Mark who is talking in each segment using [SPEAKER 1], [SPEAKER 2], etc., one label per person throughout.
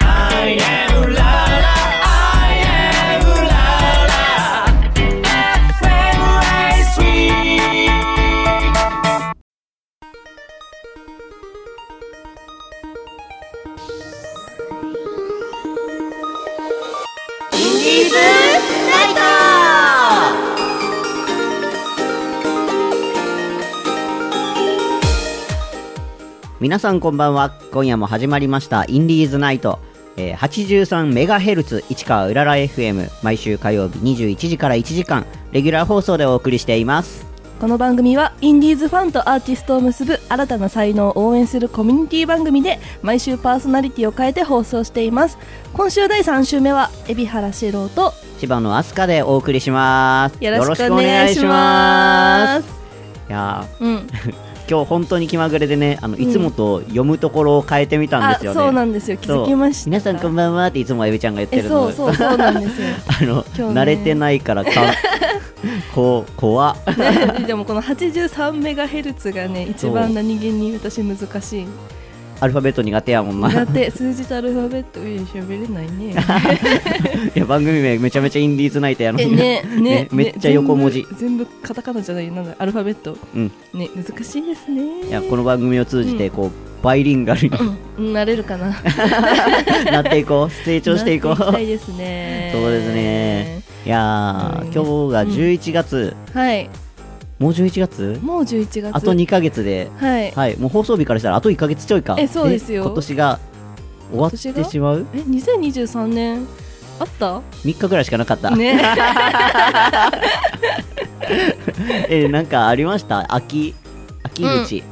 [SPEAKER 1] I am la la, I am la la. FM ライスウィーク
[SPEAKER 2] インディーズナイト
[SPEAKER 3] 皆さんこんばんは今夜も始まりましたインディーズナイト、えー、83MHz 市川うらら FM 毎週火曜日21時から1時間レギュラー放送でお送りしています
[SPEAKER 4] この番組はインディーズファンとアーティストを結ぶ新たな才能を応援するコミュニティ番組で毎週パーソナリティを変えて放送しています今週第3週目は海老原四郎と
[SPEAKER 3] 千葉のあすかでお送りします
[SPEAKER 4] よろしくお願いします
[SPEAKER 3] いや
[SPEAKER 4] うん
[SPEAKER 3] ー今日本当に気まぐれでねあのいつもと読むところを変えてみたん
[SPEAKER 4] あ
[SPEAKER 3] ですよね、
[SPEAKER 4] そうなんですよ気
[SPEAKER 3] そう
[SPEAKER 4] づきました
[SPEAKER 3] 皆さんこんばんはっていつもエビちゃんが言って
[SPEAKER 4] え
[SPEAKER 3] るの
[SPEAKER 4] そうそうそうなん ですよ
[SPEAKER 3] あの、
[SPEAKER 4] 今日ね
[SPEAKER 3] 慣れてないからかこう怖っ
[SPEAKER 4] ねでもこの83メガヘルツがね一
[SPEAKER 3] そう
[SPEAKER 4] 番何気に私難 しい
[SPEAKER 3] アルファベット苦手やもんな
[SPEAKER 4] だって数字とアルファベット上に喋れないね
[SPEAKER 3] いや番組名めちゃめちゃインディーズナイトやの
[SPEAKER 4] え
[SPEAKER 3] に、
[SPEAKER 4] ねね
[SPEAKER 3] ねめっちゃ横文字
[SPEAKER 4] 全部全部カタカナじゃないなんだアルファベット
[SPEAKER 3] うん、
[SPEAKER 4] ね難しいですね
[SPEAKER 3] いやこの番組を通じてこう、バイリンガルに
[SPEAKER 4] うんなれるかな
[SPEAKER 3] なっていこう成長していこう
[SPEAKER 4] なっきたい
[SPEAKER 3] そ
[SPEAKER 4] ですね
[SPEAKER 3] うですねいやー、
[SPEAKER 4] うん
[SPEAKER 3] 今日が11月、
[SPEAKER 4] はい
[SPEAKER 3] もう11月
[SPEAKER 4] もう11月
[SPEAKER 3] あと2ヶ月で、
[SPEAKER 4] はい、
[SPEAKER 3] はい、もう放送日からしたらあと1ヶ月ちょいか
[SPEAKER 4] えそうですよ
[SPEAKER 3] 今年が終わってしまう
[SPEAKER 4] え2023年あった
[SPEAKER 3] 3日ぐらいしかなかった、
[SPEAKER 4] ね
[SPEAKER 3] えなんかありました秋秋口、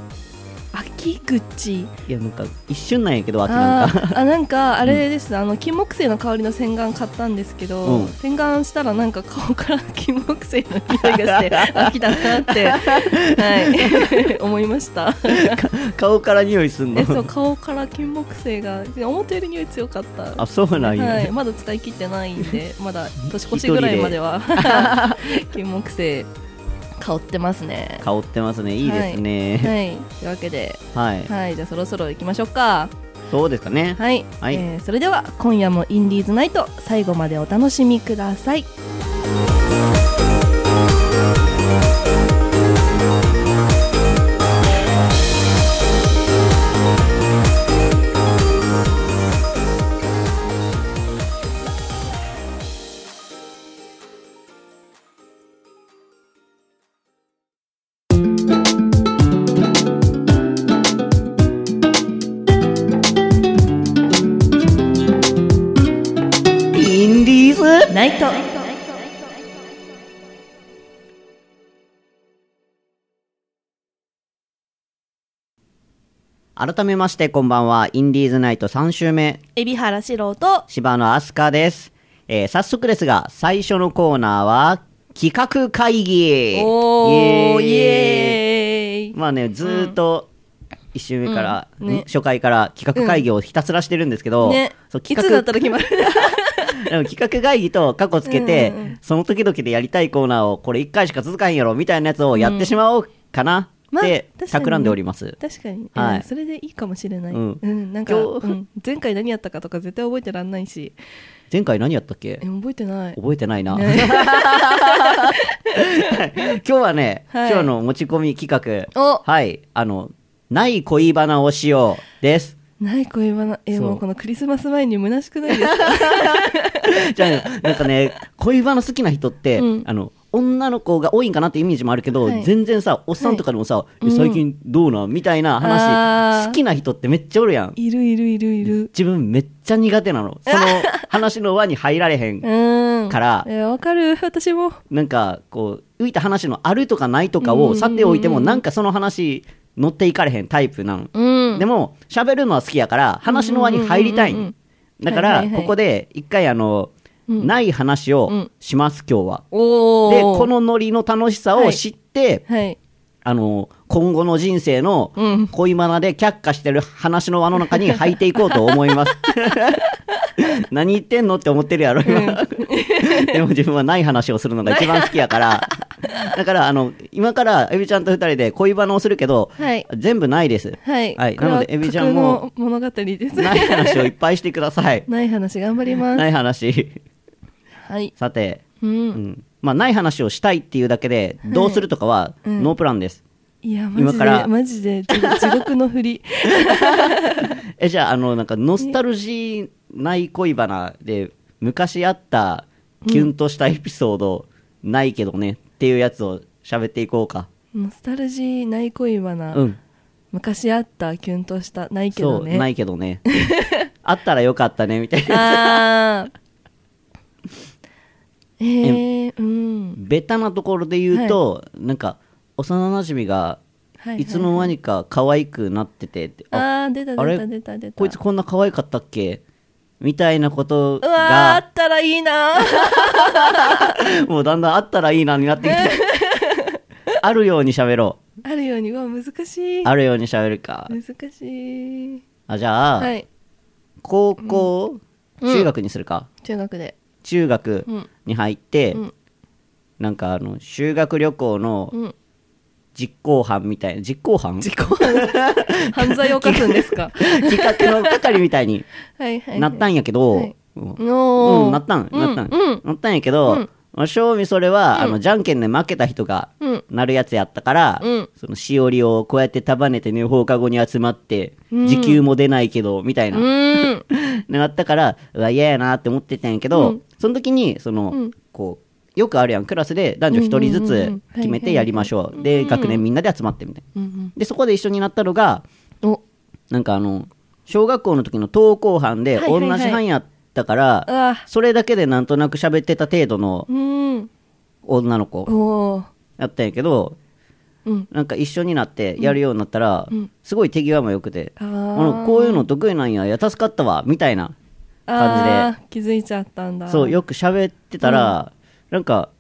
[SPEAKER 4] 秋口
[SPEAKER 3] いやなんか一瞬なんやけど秋な
[SPEAKER 4] あ
[SPEAKER 3] んか
[SPEAKER 4] ーあなんかあれです、あの金木犀の香りの洗顔買ったんですけど、
[SPEAKER 3] うん
[SPEAKER 4] 洗顔したらなんか顔から金木犀の匂い がして秋だなって、はい、思いました
[SPEAKER 3] 顔から匂いす んの
[SPEAKER 4] えそう顔から金木犀が思ったより匂い強かった
[SPEAKER 3] あそうなんや、
[SPEAKER 4] はい、まだ使い切ってないん で、まだ年越しぐらいまでは金木犀香ってますね。
[SPEAKER 3] 香ってますねいいです ね
[SPEAKER 4] はい、というわけで、
[SPEAKER 3] はい、
[SPEAKER 4] はい、じゃあそろそろ行きましょうか。
[SPEAKER 3] そうですかね
[SPEAKER 4] はい、
[SPEAKER 3] はい
[SPEAKER 4] えーそれでは今夜もインディーズナイト最後までお楽しみください。
[SPEAKER 3] インディーズ
[SPEAKER 4] ナイト。
[SPEAKER 3] 改めましてこんばんはインディーズナイト3週目
[SPEAKER 4] 海老原四郎と
[SPEAKER 3] 芝のアスカです、えー、早速ですが最初のコーナーは企画会議
[SPEAKER 4] おーイ
[SPEAKER 3] ー
[SPEAKER 4] エーイ。
[SPEAKER 3] まあねずーっと1週目から、
[SPEAKER 4] うんね
[SPEAKER 3] 初回から企画会議をひたすらしてるんですけど、
[SPEAKER 4] ね、
[SPEAKER 3] そう
[SPEAKER 4] い
[SPEAKER 3] 企
[SPEAKER 4] つだ
[SPEAKER 3] 画
[SPEAKER 4] ったら決まる
[SPEAKER 3] でも企画会議と過去つけて、
[SPEAKER 4] うんうんうん
[SPEAKER 3] その時々でやりたいコーナーをこれ1回しか続かんやろみたいなやつをやってしまおうかな
[SPEAKER 4] うん
[SPEAKER 3] って
[SPEAKER 4] まあ確か
[SPEAKER 3] 企
[SPEAKER 4] にね
[SPEAKER 3] んでおります。
[SPEAKER 4] 確かに、
[SPEAKER 3] はい
[SPEAKER 4] うんそれでいいかもしれない、
[SPEAKER 3] う
[SPEAKER 4] うんんなんか、
[SPEAKER 3] 今日
[SPEAKER 4] うん前回何やったかとか絶対覚えてらんないし
[SPEAKER 3] 前回何やったっけ
[SPEAKER 4] え覚えてな い
[SPEAKER 3] 覚えてないな。
[SPEAKER 4] ね
[SPEAKER 3] 今日はね、
[SPEAKER 4] はい
[SPEAKER 3] 今日の持ち込み企画
[SPEAKER 4] お、
[SPEAKER 3] はい、あの、ない恋バナをしようです。
[SPEAKER 4] ない恋バナえ
[SPEAKER 3] そう
[SPEAKER 4] もうこのクリスマス前に虚しくない ですか
[SPEAKER 3] じゃあ、なんかね、恋バナ好きな人って、
[SPEAKER 4] うん
[SPEAKER 3] あの、女の子が多いんかなってイメージもあるけど、
[SPEAKER 4] はい
[SPEAKER 3] 全然さ、おっさんとかでもさ、え
[SPEAKER 4] うん
[SPEAKER 3] 最近どうなんみたいな
[SPEAKER 4] あ
[SPEAKER 3] 話、
[SPEAKER 4] ー
[SPEAKER 3] 好きな人ってめっちゃおるやん。
[SPEAKER 4] いるいるいるいる
[SPEAKER 3] 自分めっちゃ苦手なの。その話の輪に入られへ。
[SPEAKER 4] うんーん
[SPEAKER 3] から
[SPEAKER 4] えわかる私も
[SPEAKER 3] なんか、こう、浮いた話のあるとかないとか
[SPEAKER 4] う
[SPEAKER 3] を
[SPEAKER 4] ん
[SPEAKER 3] 去っておいても、なんかその話、乗っていかれへんタイプなの。
[SPEAKER 4] うん
[SPEAKER 3] でも、喋るのは好きやから、話の輪に入りたい
[SPEAKER 4] うんうんうんん。
[SPEAKER 3] だか
[SPEAKER 4] はい
[SPEAKER 3] ら、
[SPEAKER 4] はいはい
[SPEAKER 3] ここで一回、あの、
[SPEAKER 4] うん
[SPEAKER 3] ない話
[SPEAKER 4] う
[SPEAKER 3] を
[SPEAKER 4] ん
[SPEAKER 3] します、今日は。
[SPEAKER 4] おお
[SPEAKER 3] で、このノリの楽しさを知って、
[SPEAKER 4] はい
[SPEAKER 3] あの、今後の人生の
[SPEAKER 4] うん
[SPEAKER 3] 恋バナで却下してる話の輪の中に入っていこうと思います。 何言ってんのって思ってるやろ、今。でも自分はない話をするのが一番好きやから、だから、あの、今から、エビちゃんと二人で恋バナをするけど、
[SPEAKER 4] はい
[SPEAKER 3] 全部ないです。
[SPEAKER 4] はい、
[SPEAKER 3] はい
[SPEAKER 4] これは
[SPEAKER 3] なのでエビちゃんも
[SPEAKER 4] 架空の物語です。
[SPEAKER 3] ない話をいっぱいしてください
[SPEAKER 4] ない話頑張ります
[SPEAKER 3] ない話。
[SPEAKER 4] はい、
[SPEAKER 3] さて、
[SPEAKER 4] う、
[SPEAKER 3] うんん。まあ、ない話をしたいっていうだけで、どうするとかは、
[SPEAKER 4] うん
[SPEAKER 3] ノープランです。
[SPEAKER 4] いやマ
[SPEAKER 3] 今
[SPEAKER 4] ジ
[SPEAKER 3] か
[SPEAKER 4] で
[SPEAKER 3] ら
[SPEAKER 4] マジで地地獄の振り
[SPEAKER 3] え、じゃあ、あの、なんか、ノスタルジーない恋バナで、昔あった、キュンとしたエピソード、ないけどね、っていうやつを喋っていこうか。
[SPEAKER 4] ノスタルジーない恋バナ、
[SPEAKER 3] うん。
[SPEAKER 4] 昔あったキュンとしたないけ
[SPEAKER 3] そ
[SPEAKER 4] ど
[SPEAKER 3] う、
[SPEAKER 4] ね
[SPEAKER 3] ないけどね。 あったらよかったね、みたいな。
[SPEAKER 4] あーえー、うん
[SPEAKER 3] ベタなところで言うと、なんか、幼馴染が、
[SPEAKER 4] はいはい
[SPEAKER 3] いつの間にか可愛くなってて、あ
[SPEAKER 4] あー出た
[SPEAKER 3] あ
[SPEAKER 4] 出
[SPEAKER 3] れ
[SPEAKER 4] た出た出た
[SPEAKER 3] こいつこんな可愛かったっけみたいなこと
[SPEAKER 4] うわーあ
[SPEAKER 3] が、
[SPEAKER 4] ったらいいなー
[SPEAKER 3] もうだんだんあったらいいなになってきて、 あるように喋ろう。
[SPEAKER 4] あるようにうわ難しい
[SPEAKER 3] あるように喋るか。
[SPEAKER 4] 難しい
[SPEAKER 3] あじゃあ、
[SPEAKER 4] はい
[SPEAKER 3] 高校、
[SPEAKER 4] うん
[SPEAKER 3] 中学にするか。
[SPEAKER 4] 中学で
[SPEAKER 3] 中学
[SPEAKER 4] うん
[SPEAKER 3] に入って、
[SPEAKER 4] うん
[SPEAKER 3] なんかあの、修学旅行の
[SPEAKER 4] うん
[SPEAKER 3] 実行犯みたいな、実行犯
[SPEAKER 4] 実行犯犯罪を犯すんで すか
[SPEAKER 3] 企画の係みたいに
[SPEAKER 4] はいはいはい
[SPEAKER 3] なったんやけど、
[SPEAKER 4] はい
[SPEAKER 3] うん
[SPEAKER 4] おー
[SPEAKER 3] うん、なったん、なったん、
[SPEAKER 4] うん
[SPEAKER 3] なったんやけど、まあ正味それは、あの、じゃんけんで負けた人が、
[SPEAKER 4] うん
[SPEAKER 3] なるやつやったから、
[SPEAKER 4] うん
[SPEAKER 3] そのしおりをこうやって束ねてね、放課後に集まって、時給も出ないけど、みたいな、
[SPEAKER 4] うーん
[SPEAKER 3] なったから、うわ、嫌やなって思ってたんやけど、その時に、その、こう、よくあるやん、クラスで男女一人ず
[SPEAKER 4] うんうんうんう
[SPEAKER 3] つ
[SPEAKER 4] ん
[SPEAKER 3] 決めてやりましょう。で、学年みんなで集まってみたいな。
[SPEAKER 4] うん
[SPEAKER 3] で、そこで一緒になったのが、
[SPEAKER 4] うんお
[SPEAKER 3] なんかあの、小学校の時の登校班で
[SPEAKER 4] はい
[SPEAKER 3] 同
[SPEAKER 4] はい
[SPEAKER 3] じ
[SPEAKER 4] はい
[SPEAKER 3] 班やったから、
[SPEAKER 4] うわ
[SPEAKER 3] それだけでなんとなく喋ってた程度の
[SPEAKER 4] うーん
[SPEAKER 3] 女の子
[SPEAKER 4] おー
[SPEAKER 3] やったんやけど、
[SPEAKER 4] うん
[SPEAKER 3] なんか一緒になってやるようになったら、
[SPEAKER 4] ん
[SPEAKER 3] すごい手際も良くて、
[SPEAKER 4] あ
[SPEAKER 3] あ
[SPEAKER 4] ー
[SPEAKER 3] のこういうの得意なんや、いや、助かったわ、みたいな感
[SPEAKER 4] あー気づいちゃったんだ
[SPEAKER 3] じで、そう、よく喋ってたら、なんか、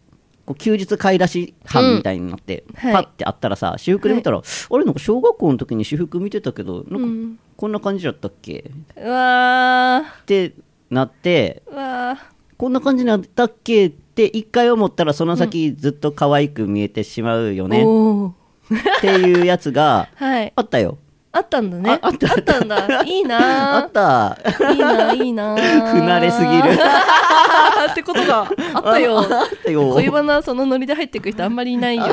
[SPEAKER 3] こう休日買い出し班みたいになって、
[SPEAKER 4] はい
[SPEAKER 3] パッてあったらさ、私服で見たら、あれ、なんか小学校の時に私服見てたけど、な
[SPEAKER 4] うん
[SPEAKER 3] か
[SPEAKER 4] ん
[SPEAKER 3] こんな感じだったっけ
[SPEAKER 4] うわ
[SPEAKER 3] ってなって、
[SPEAKER 4] ーうわ
[SPEAKER 3] こんな感じなんだっけって一回思ったらその先ずっと可愛く見えてしまうよ
[SPEAKER 4] ー
[SPEAKER 3] ね、っ
[SPEAKER 4] おー
[SPEAKER 3] ていうやつが
[SPEAKER 4] はい
[SPEAKER 3] あったよ。
[SPEAKER 4] あったんだね
[SPEAKER 3] ああった
[SPEAKER 4] んだいい
[SPEAKER 3] あ
[SPEAKER 4] な
[SPEAKER 3] った
[SPEAKER 4] ーいいなーいいなー
[SPEAKER 3] 不慣れすぎる。
[SPEAKER 4] ってことがあった よ
[SPEAKER 3] あったよ。
[SPEAKER 4] 恋バナそのノリで入ってくる人あんまりいないよね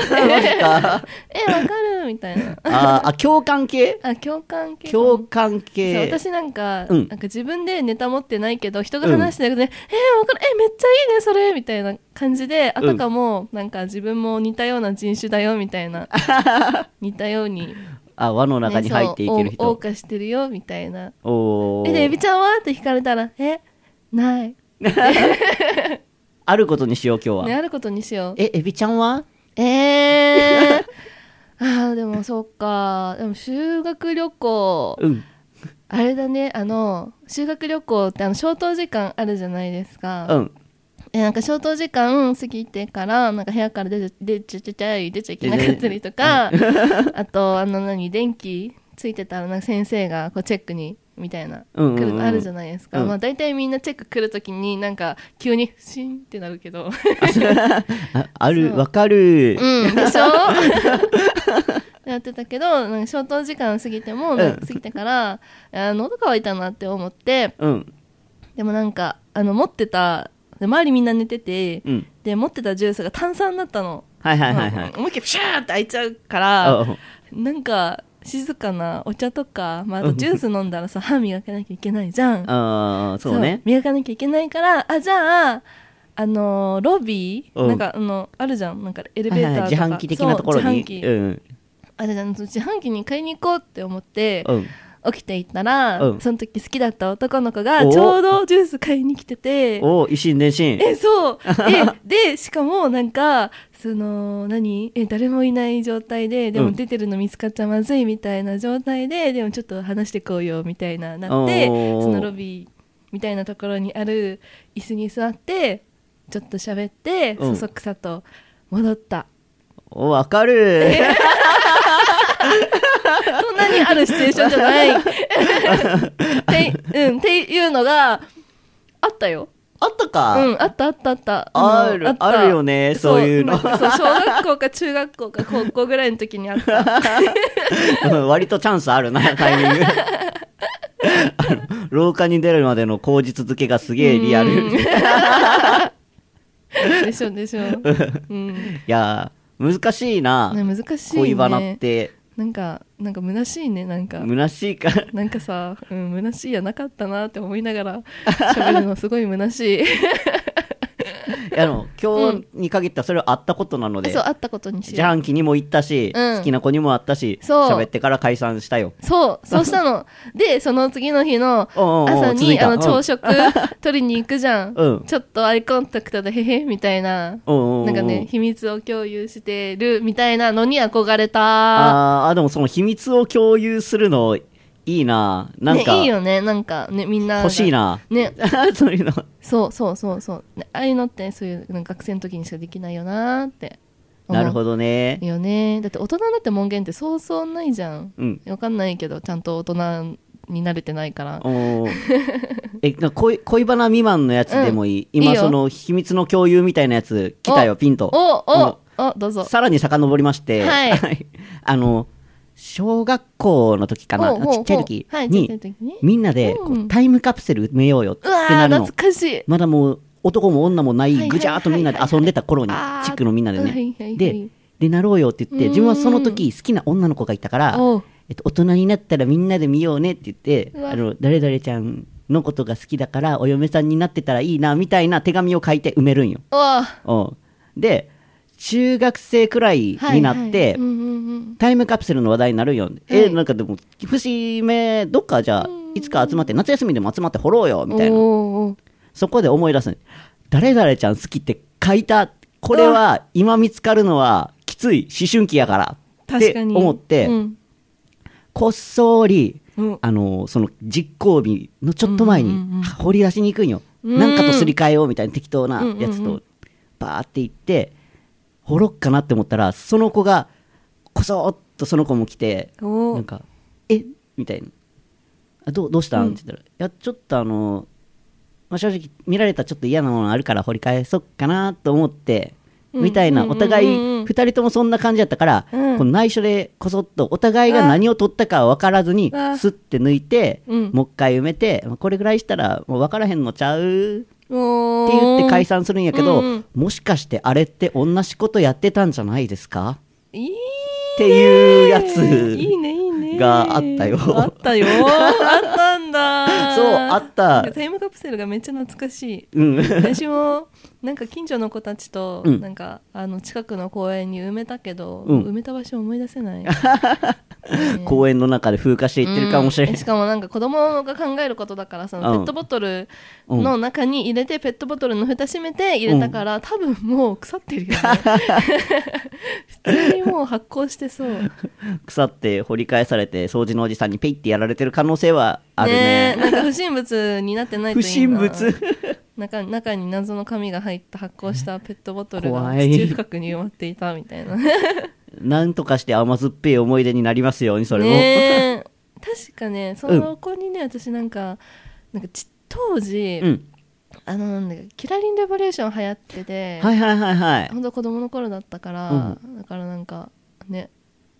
[SPEAKER 4] えわかるみたいな
[SPEAKER 3] あーあ、共感系
[SPEAKER 4] あ共感系
[SPEAKER 3] 共感
[SPEAKER 4] そう
[SPEAKER 3] 系。
[SPEAKER 4] 私なんか、
[SPEAKER 3] うん
[SPEAKER 4] なんか自分でネタ持ってないけど人が話してるとね、えー、わかるえめっちゃいいねそれみたいな感じであたかも、なんか自分も似たような人種だよみた いな似たように、ね、
[SPEAKER 3] あ、輪の中に入っていける
[SPEAKER 4] そうお謳
[SPEAKER 3] 人。
[SPEAKER 4] 歌してるよみたいな
[SPEAKER 3] お
[SPEAKER 4] えでエ
[SPEAKER 3] ー
[SPEAKER 4] ビちゃんはって聞かれたらえない、
[SPEAKER 3] あることにしよう、今日
[SPEAKER 4] ね、
[SPEAKER 3] は。
[SPEAKER 4] あることにしよう
[SPEAKER 3] え、エビちゃんは
[SPEAKER 4] えー、 あーでもそっかでも修学旅行
[SPEAKER 3] うん。
[SPEAKER 4] あれだねあの修学旅行ってあの消灯時間あるじゃないですか、
[SPEAKER 3] うん。
[SPEAKER 4] えなんか消灯時間過ぎてからなんか部屋から出ちゃ出ちゃ出ちゃい出ちゃいけなかったりとかあとあの何電気ついてたらなんか先生がこうチェックにみたいな、
[SPEAKER 3] うんうんうん
[SPEAKER 4] 来るあるじゃないですか、
[SPEAKER 3] うん
[SPEAKER 4] まあ、大体みんなチェック来るときになんか急にシーンってなるけど
[SPEAKER 3] あある、
[SPEAKER 4] そう
[SPEAKER 3] わかる。
[SPEAKER 4] う ん、 でしょやってたけどなんか消灯時間過ぎても、なんか過ぎてからあ喉乾いたなって思って
[SPEAKER 3] うん。
[SPEAKER 4] でもなんかあの持ってたで周りみんな寝てて、
[SPEAKER 3] うん。
[SPEAKER 4] で持ってたジュースが炭酸だったの。
[SPEAKER 3] はいはいはいは
[SPEAKER 4] う
[SPEAKER 3] い
[SPEAKER 4] ん。思いっきりプシャーって開いちゃうから
[SPEAKER 3] あ
[SPEAKER 4] なんか静かなお茶とか、まあ、あとジュース飲んだらさ 歯磨かなきゃいけないじゃん
[SPEAKER 3] あー、そうね。
[SPEAKER 4] 磨かなきゃいけないからあじゃああのーロビー、
[SPEAKER 3] うん
[SPEAKER 4] なんかあのあるじゃんなんかエレベ
[SPEAKER 3] は
[SPEAKER 4] ー
[SPEAKER 3] い
[SPEAKER 4] ターとか、
[SPEAKER 3] はい自販機的なところ
[SPEAKER 4] そう自販
[SPEAKER 3] に。
[SPEAKER 4] 機、
[SPEAKER 3] うん。
[SPEAKER 4] あれじゃん自販機に買いに行こうって思って、
[SPEAKER 3] うん。
[SPEAKER 4] 起きていったら、
[SPEAKER 3] うん
[SPEAKER 4] その時好きだった男の子がち
[SPEAKER 3] お
[SPEAKER 4] ょうどジュース買いに来てて
[SPEAKER 3] おー、一心伝心。
[SPEAKER 4] えそうえでしかもなんかその何え誰もいない状態でで
[SPEAKER 3] う
[SPEAKER 4] も
[SPEAKER 3] ん
[SPEAKER 4] 出てるの見つかっちゃまずいみたいな状態で、でもちょっと話してこうよみたいななって
[SPEAKER 3] おー
[SPEAKER 4] そのロビーみたいなところにある椅子に座ってちょっと喋って
[SPEAKER 3] うん
[SPEAKER 4] そそくさと戻った、
[SPEAKER 3] お、わかる。
[SPEAKER 4] そんなにあるシチュエーションじゃ ないて,、うん、っていうのがあったよ
[SPEAKER 3] ああったか、
[SPEAKER 4] うん、あったあったあった。
[SPEAKER 3] あ
[SPEAKER 4] の
[SPEAKER 3] る
[SPEAKER 4] った
[SPEAKER 3] あるよねそういうの
[SPEAKER 4] そうなんかそう小学校か中学校か高校ぐらいの時にあった。
[SPEAKER 3] うん 割とチャンスある な、タイミング。あの廊下に出るまでの口実付けがすげえリアル。い
[SPEAKER 4] でしょでしょ。うん。ね、
[SPEAKER 3] やー、難しいな、
[SPEAKER 4] 難しいね。
[SPEAKER 3] 恋バナって。
[SPEAKER 4] なんか、なんか虚しいね、なんか。
[SPEAKER 3] 虚しいから。
[SPEAKER 4] なんかさ、うん、虚しいやなかったなって思いながら喋るのすごい虚しい。
[SPEAKER 3] いや あの今日に限ったそれは会ったことなので、
[SPEAKER 4] そう、会ったことにし
[SPEAKER 3] 自
[SPEAKER 4] よう。
[SPEAKER 3] 販機にも行ったし、
[SPEAKER 4] うん
[SPEAKER 3] 好きな子にも会ったし、
[SPEAKER 4] そう
[SPEAKER 3] 喋ってから解散したよ。
[SPEAKER 4] そう、そうしたの。で、その次の日の
[SPEAKER 3] おうおうおう
[SPEAKER 4] 朝
[SPEAKER 3] 続い
[SPEAKER 4] に
[SPEAKER 3] た
[SPEAKER 4] あ
[SPEAKER 3] うん
[SPEAKER 4] の朝食取りに行くじゃん。
[SPEAKER 3] うん
[SPEAKER 4] ちょっとアイコンタクトでへへみたいな。
[SPEAKER 3] うんうんうん
[SPEAKER 4] なんかね、秘密を共有してるみたいなのに憧れた。
[SPEAKER 3] あーあ、でもその秘密を共有するのいいな。なんか、
[SPEAKER 4] ね、いいよね、なんかね、みんなが。
[SPEAKER 3] 欲しいな。
[SPEAKER 4] ね、
[SPEAKER 3] そういうの。
[SPEAKER 4] そうそうそうそう。ねああいうのってそういうなんか学生の時にしかできないよなーって思う。
[SPEAKER 3] なるほどね。
[SPEAKER 4] よねだって大人だって門限ってそうそうないじゃん
[SPEAKER 3] うん。
[SPEAKER 4] わかんないけどちゃんと大人に慣れてないから
[SPEAKER 3] おーえな恋恋バナ未満のやつでもいい、
[SPEAKER 4] うんい
[SPEAKER 3] 今
[SPEAKER 4] いよ
[SPEAKER 3] その秘密の共有みたいなやつ来たよピンと
[SPEAKER 4] おおおどうぞ
[SPEAKER 3] さらに遡りまして、
[SPEAKER 4] は い
[SPEAKER 3] いあの小学校の時かな
[SPEAKER 4] おうおうおう
[SPEAKER 3] ちっちゃい時
[SPEAKER 4] はいちっ
[SPEAKER 3] に、
[SPEAKER 4] ちゃい時に
[SPEAKER 3] みんなでこう
[SPEAKER 4] うん
[SPEAKER 3] タイムカプセル埋めようよって
[SPEAKER 4] うわ
[SPEAKER 3] な
[SPEAKER 4] ー
[SPEAKER 3] るの
[SPEAKER 4] 懐かしい
[SPEAKER 3] まだもう男も女もな
[SPEAKER 4] はいはいい
[SPEAKER 3] ぐじゃーっとみんなで遊んでた頃に
[SPEAKER 4] はいはいはい
[SPEAKER 3] チックのみんなで
[SPEAKER 4] あーはい
[SPEAKER 3] ね
[SPEAKER 4] はいはい
[SPEAKER 3] ででなろうよって言って
[SPEAKER 4] うん
[SPEAKER 3] 自分はその時好きな女の子がいたから
[SPEAKER 4] おう
[SPEAKER 3] えっと、大人になったらみんなで見ようねって言って
[SPEAKER 4] うわ
[SPEAKER 3] あの誰々ちゃんのことが好きだからお嫁さんになってたらいいなみたいな手紙を書いて埋めるんよ。
[SPEAKER 4] うわ
[SPEAKER 3] うんで中学生くらい
[SPEAKER 4] ー
[SPEAKER 3] になって、
[SPEAKER 4] はいはいうんうんうん
[SPEAKER 3] タイムカプセルの話題になるよ、えなんかでも節目どっかじゃあいつか集まって夏休みでも集まって掘ろうよみたいな
[SPEAKER 4] おーおー
[SPEAKER 3] そこで思い出す誰々ちゃん好きって書いたこれは今見つかるのはきつい思春期やからって
[SPEAKER 4] 確かに
[SPEAKER 3] 思って、
[SPEAKER 4] うん
[SPEAKER 3] こっそり
[SPEAKER 4] うん
[SPEAKER 3] あのその実行日のちょっと前に
[SPEAKER 4] うんうんうんうん
[SPEAKER 3] 掘り出しに行くんよ、
[SPEAKER 4] うん
[SPEAKER 3] なんかとすり替えようみたいな適当なやつ
[SPEAKER 4] うんうんう
[SPEAKER 3] とバーって行って掘ろっかなって思ったらその子がこそーっとその子も来て
[SPEAKER 4] お
[SPEAKER 3] なん
[SPEAKER 4] ー
[SPEAKER 3] か「えみたいなあどうどうしたん?」って言ったら「いやちょっとあの、まあ、正直見られたらちょっと嫌なものあるから掘り返そっかなと思って」
[SPEAKER 4] うん
[SPEAKER 3] みたいなお互い
[SPEAKER 4] うんうんうんうん
[SPEAKER 3] 2人ともそんな感じやったから、
[SPEAKER 4] うん
[SPEAKER 3] この内緒でこそっとお互いが何を取ったかは分からずに
[SPEAKER 4] ああ
[SPEAKER 3] スッて抜いて、
[SPEAKER 4] うん
[SPEAKER 3] もう一回埋めて、まあこれぐらいしたらもう分からへんのちゃうっ
[SPEAKER 4] おー
[SPEAKER 3] て言って解散するんやけど、
[SPEAKER 4] うんうん
[SPEAKER 3] もしかしてあれって同じことやってたんじゃないですか
[SPEAKER 4] いい
[SPEAKER 3] っていうやつ。
[SPEAKER 4] いいねいいね
[SPEAKER 3] があったよ
[SPEAKER 4] あったよあったんだ
[SPEAKER 3] そうあった
[SPEAKER 4] なんかタイムカプセルがめっちゃ懐かしい
[SPEAKER 3] うん、
[SPEAKER 4] 私もなんか近所の子たちと、
[SPEAKER 3] うん
[SPEAKER 4] なんかあの近くの公園に埋めたけど、
[SPEAKER 3] うん
[SPEAKER 4] 埋めた場所思い出せ ない
[SPEAKER 3] 公園の中で風化していってるかもしれない
[SPEAKER 4] うんしかもなんか子供が考えることだからその
[SPEAKER 3] うん
[SPEAKER 4] ペットボトルの中に入れてペットボトルの蓋閉めて入れたから、多分もう腐ってるよ ね普通にもう発酵してそう
[SPEAKER 3] 腐って掘り返されて掃除のおじさんにペイってやられてる可能性はあるね
[SPEAKER 4] えなんか不審物になってないと
[SPEAKER 3] 不
[SPEAKER 4] いい
[SPEAKER 3] 審
[SPEAKER 4] な
[SPEAKER 3] 物
[SPEAKER 4] 中中に謎の紙が入った発酵したペットボトルが
[SPEAKER 3] 怖い
[SPEAKER 4] 地中深くに埋まっていたみたいな
[SPEAKER 3] なんとかして甘酸っぱい思い出になりますよう にそれも、
[SPEAKER 4] ねえ確かねその子にね、私なんかなんかち当時、
[SPEAKER 3] うん
[SPEAKER 4] あのなんだっけキラリンレボリューション流行ってて、
[SPEAKER 3] はいはいはいはい
[SPEAKER 4] 本当子供の頃だったから、だからなんかね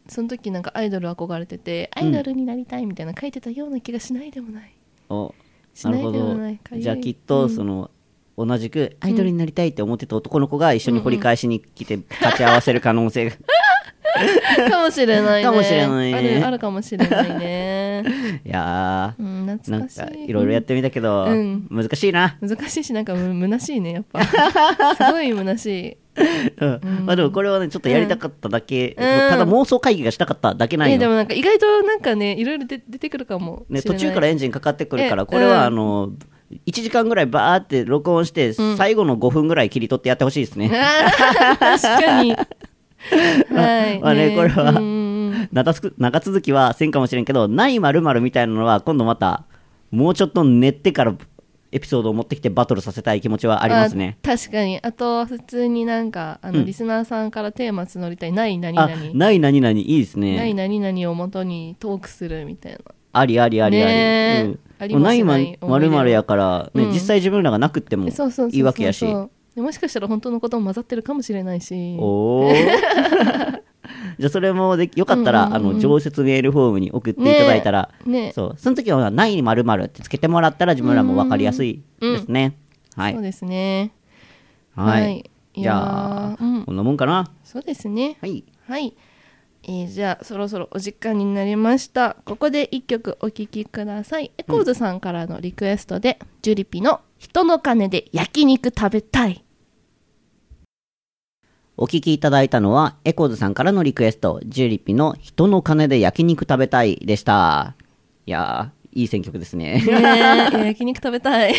[SPEAKER 4] その時なんかアイドル憧れてて、
[SPEAKER 3] ん
[SPEAKER 4] アイドルになりたいみたいな書いてたような気がしないでもない
[SPEAKER 3] お
[SPEAKER 4] し
[SPEAKER 3] な
[SPEAKER 4] な
[SPEAKER 3] る
[SPEAKER 4] い
[SPEAKER 3] ほ
[SPEAKER 4] でも
[SPEAKER 3] ど
[SPEAKER 4] ないかゆい
[SPEAKER 3] じゃあきっとその、同じくアイドルになりたいって思ってた男の子が一緒に掘り返しに来て立ち合わせる可能 性が、
[SPEAKER 4] かもしれないね
[SPEAKER 3] かもしれないね
[SPEAKER 4] あるあるかもしれないね
[SPEAKER 3] いや
[SPEAKER 4] うん
[SPEAKER 3] ーな
[SPEAKER 4] 懐
[SPEAKER 3] ん
[SPEAKER 4] かしい
[SPEAKER 3] かいろいろやってみたけど、
[SPEAKER 4] うん
[SPEAKER 3] 難しいな、
[SPEAKER 4] 難しいしなんかむ虚しいねやっ ぱすごい虚しい
[SPEAKER 3] うんまあでもこれはねちょっとやりたかっただけ、
[SPEAKER 4] ん
[SPEAKER 3] ただ妄想会議がしたかっただけなんよ、
[SPEAKER 4] えでもなんか意外となんかねいろいろ出出てくるかもし
[SPEAKER 3] ね、
[SPEAKER 4] れない
[SPEAKER 3] 途中からエンジンかかってくるから、
[SPEAKER 4] え
[SPEAKER 3] これは
[SPEAKER 4] うん
[SPEAKER 3] あの、1時間ぐらいバーって録音して、最後の5分ぐらい切り取ってやってほしいですね。
[SPEAKER 4] あー確 かにはい
[SPEAKER 3] まあねこれは
[SPEAKER 4] うんうんうん
[SPEAKER 3] 長つく長続きはせんかもしれんけど、ないまるみたいなのは、今度また、もうちょっと練ってからエピソードを持ってきてバトルさせたい気持ちはありますね。
[SPEAKER 4] あ確かにあと普通になんかあの、リスナーさんからテーマ募りたいない何
[SPEAKER 3] あ
[SPEAKER 4] 々、
[SPEAKER 3] ない何々、いいです
[SPEAKER 4] な
[SPEAKER 3] ね。
[SPEAKER 4] い何々をもとにトークするみたいな
[SPEAKER 3] ありありありあり。
[SPEAKER 4] ねえ
[SPEAKER 3] うん
[SPEAKER 4] ありますね
[SPEAKER 3] ないまるまるやから、ね
[SPEAKER 4] うん
[SPEAKER 3] 実際自分らがなくっても
[SPEAKER 4] えそうそうそうそう
[SPEAKER 3] いいわけやし。
[SPEAKER 4] でもしかしたら本当のことも混ざってるかもしれないし
[SPEAKER 3] おーじゃあそれもできよかったら、
[SPEAKER 4] うんうんうん
[SPEAKER 3] あの常設メールフォームに送っていただいたら、
[SPEAKER 4] ねえねえ
[SPEAKER 3] そうその時はほら「ないまるまるってつけてもらったら自分らも分かりやすいですね。はい
[SPEAKER 4] そうですね
[SPEAKER 3] はい、
[SPEAKER 4] はい
[SPEAKER 3] じ
[SPEAKER 4] いや
[SPEAKER 3] ゃ
[SPEAKER 4] ー
[SPEAKER 3] あ、
[SPEAKER 4] うん
[SPEAKER 3] こんなもんかな。
[SPEAKER 4] そうですね
[SPEAKER 3] はい
[SPEAKER 4] はい、えーじゃあそろそろお時間になりましたここで一曲お聴きくださいエコーズさんからのリクエストで、ジュリピの「人の金で焼肉食べたい
[SPEAKER 3] お聞きいただいたのはエコーズさんからのリクエスト「ジュリピの人の金で焼肉食べたい」でしたいやーいい選曲ですね」
[SPEAKER 4] ね え焼肉食べたい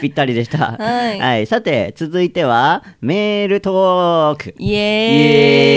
[SPEAKER 3] ぴったりでした
[SPEAKER 4] はい
[SPEAKER 3] さて続いてはメールトーク
[SPEAKER 4] イ
[SPEAKER 3] イエーイ
[SPEAKER 4] エーイ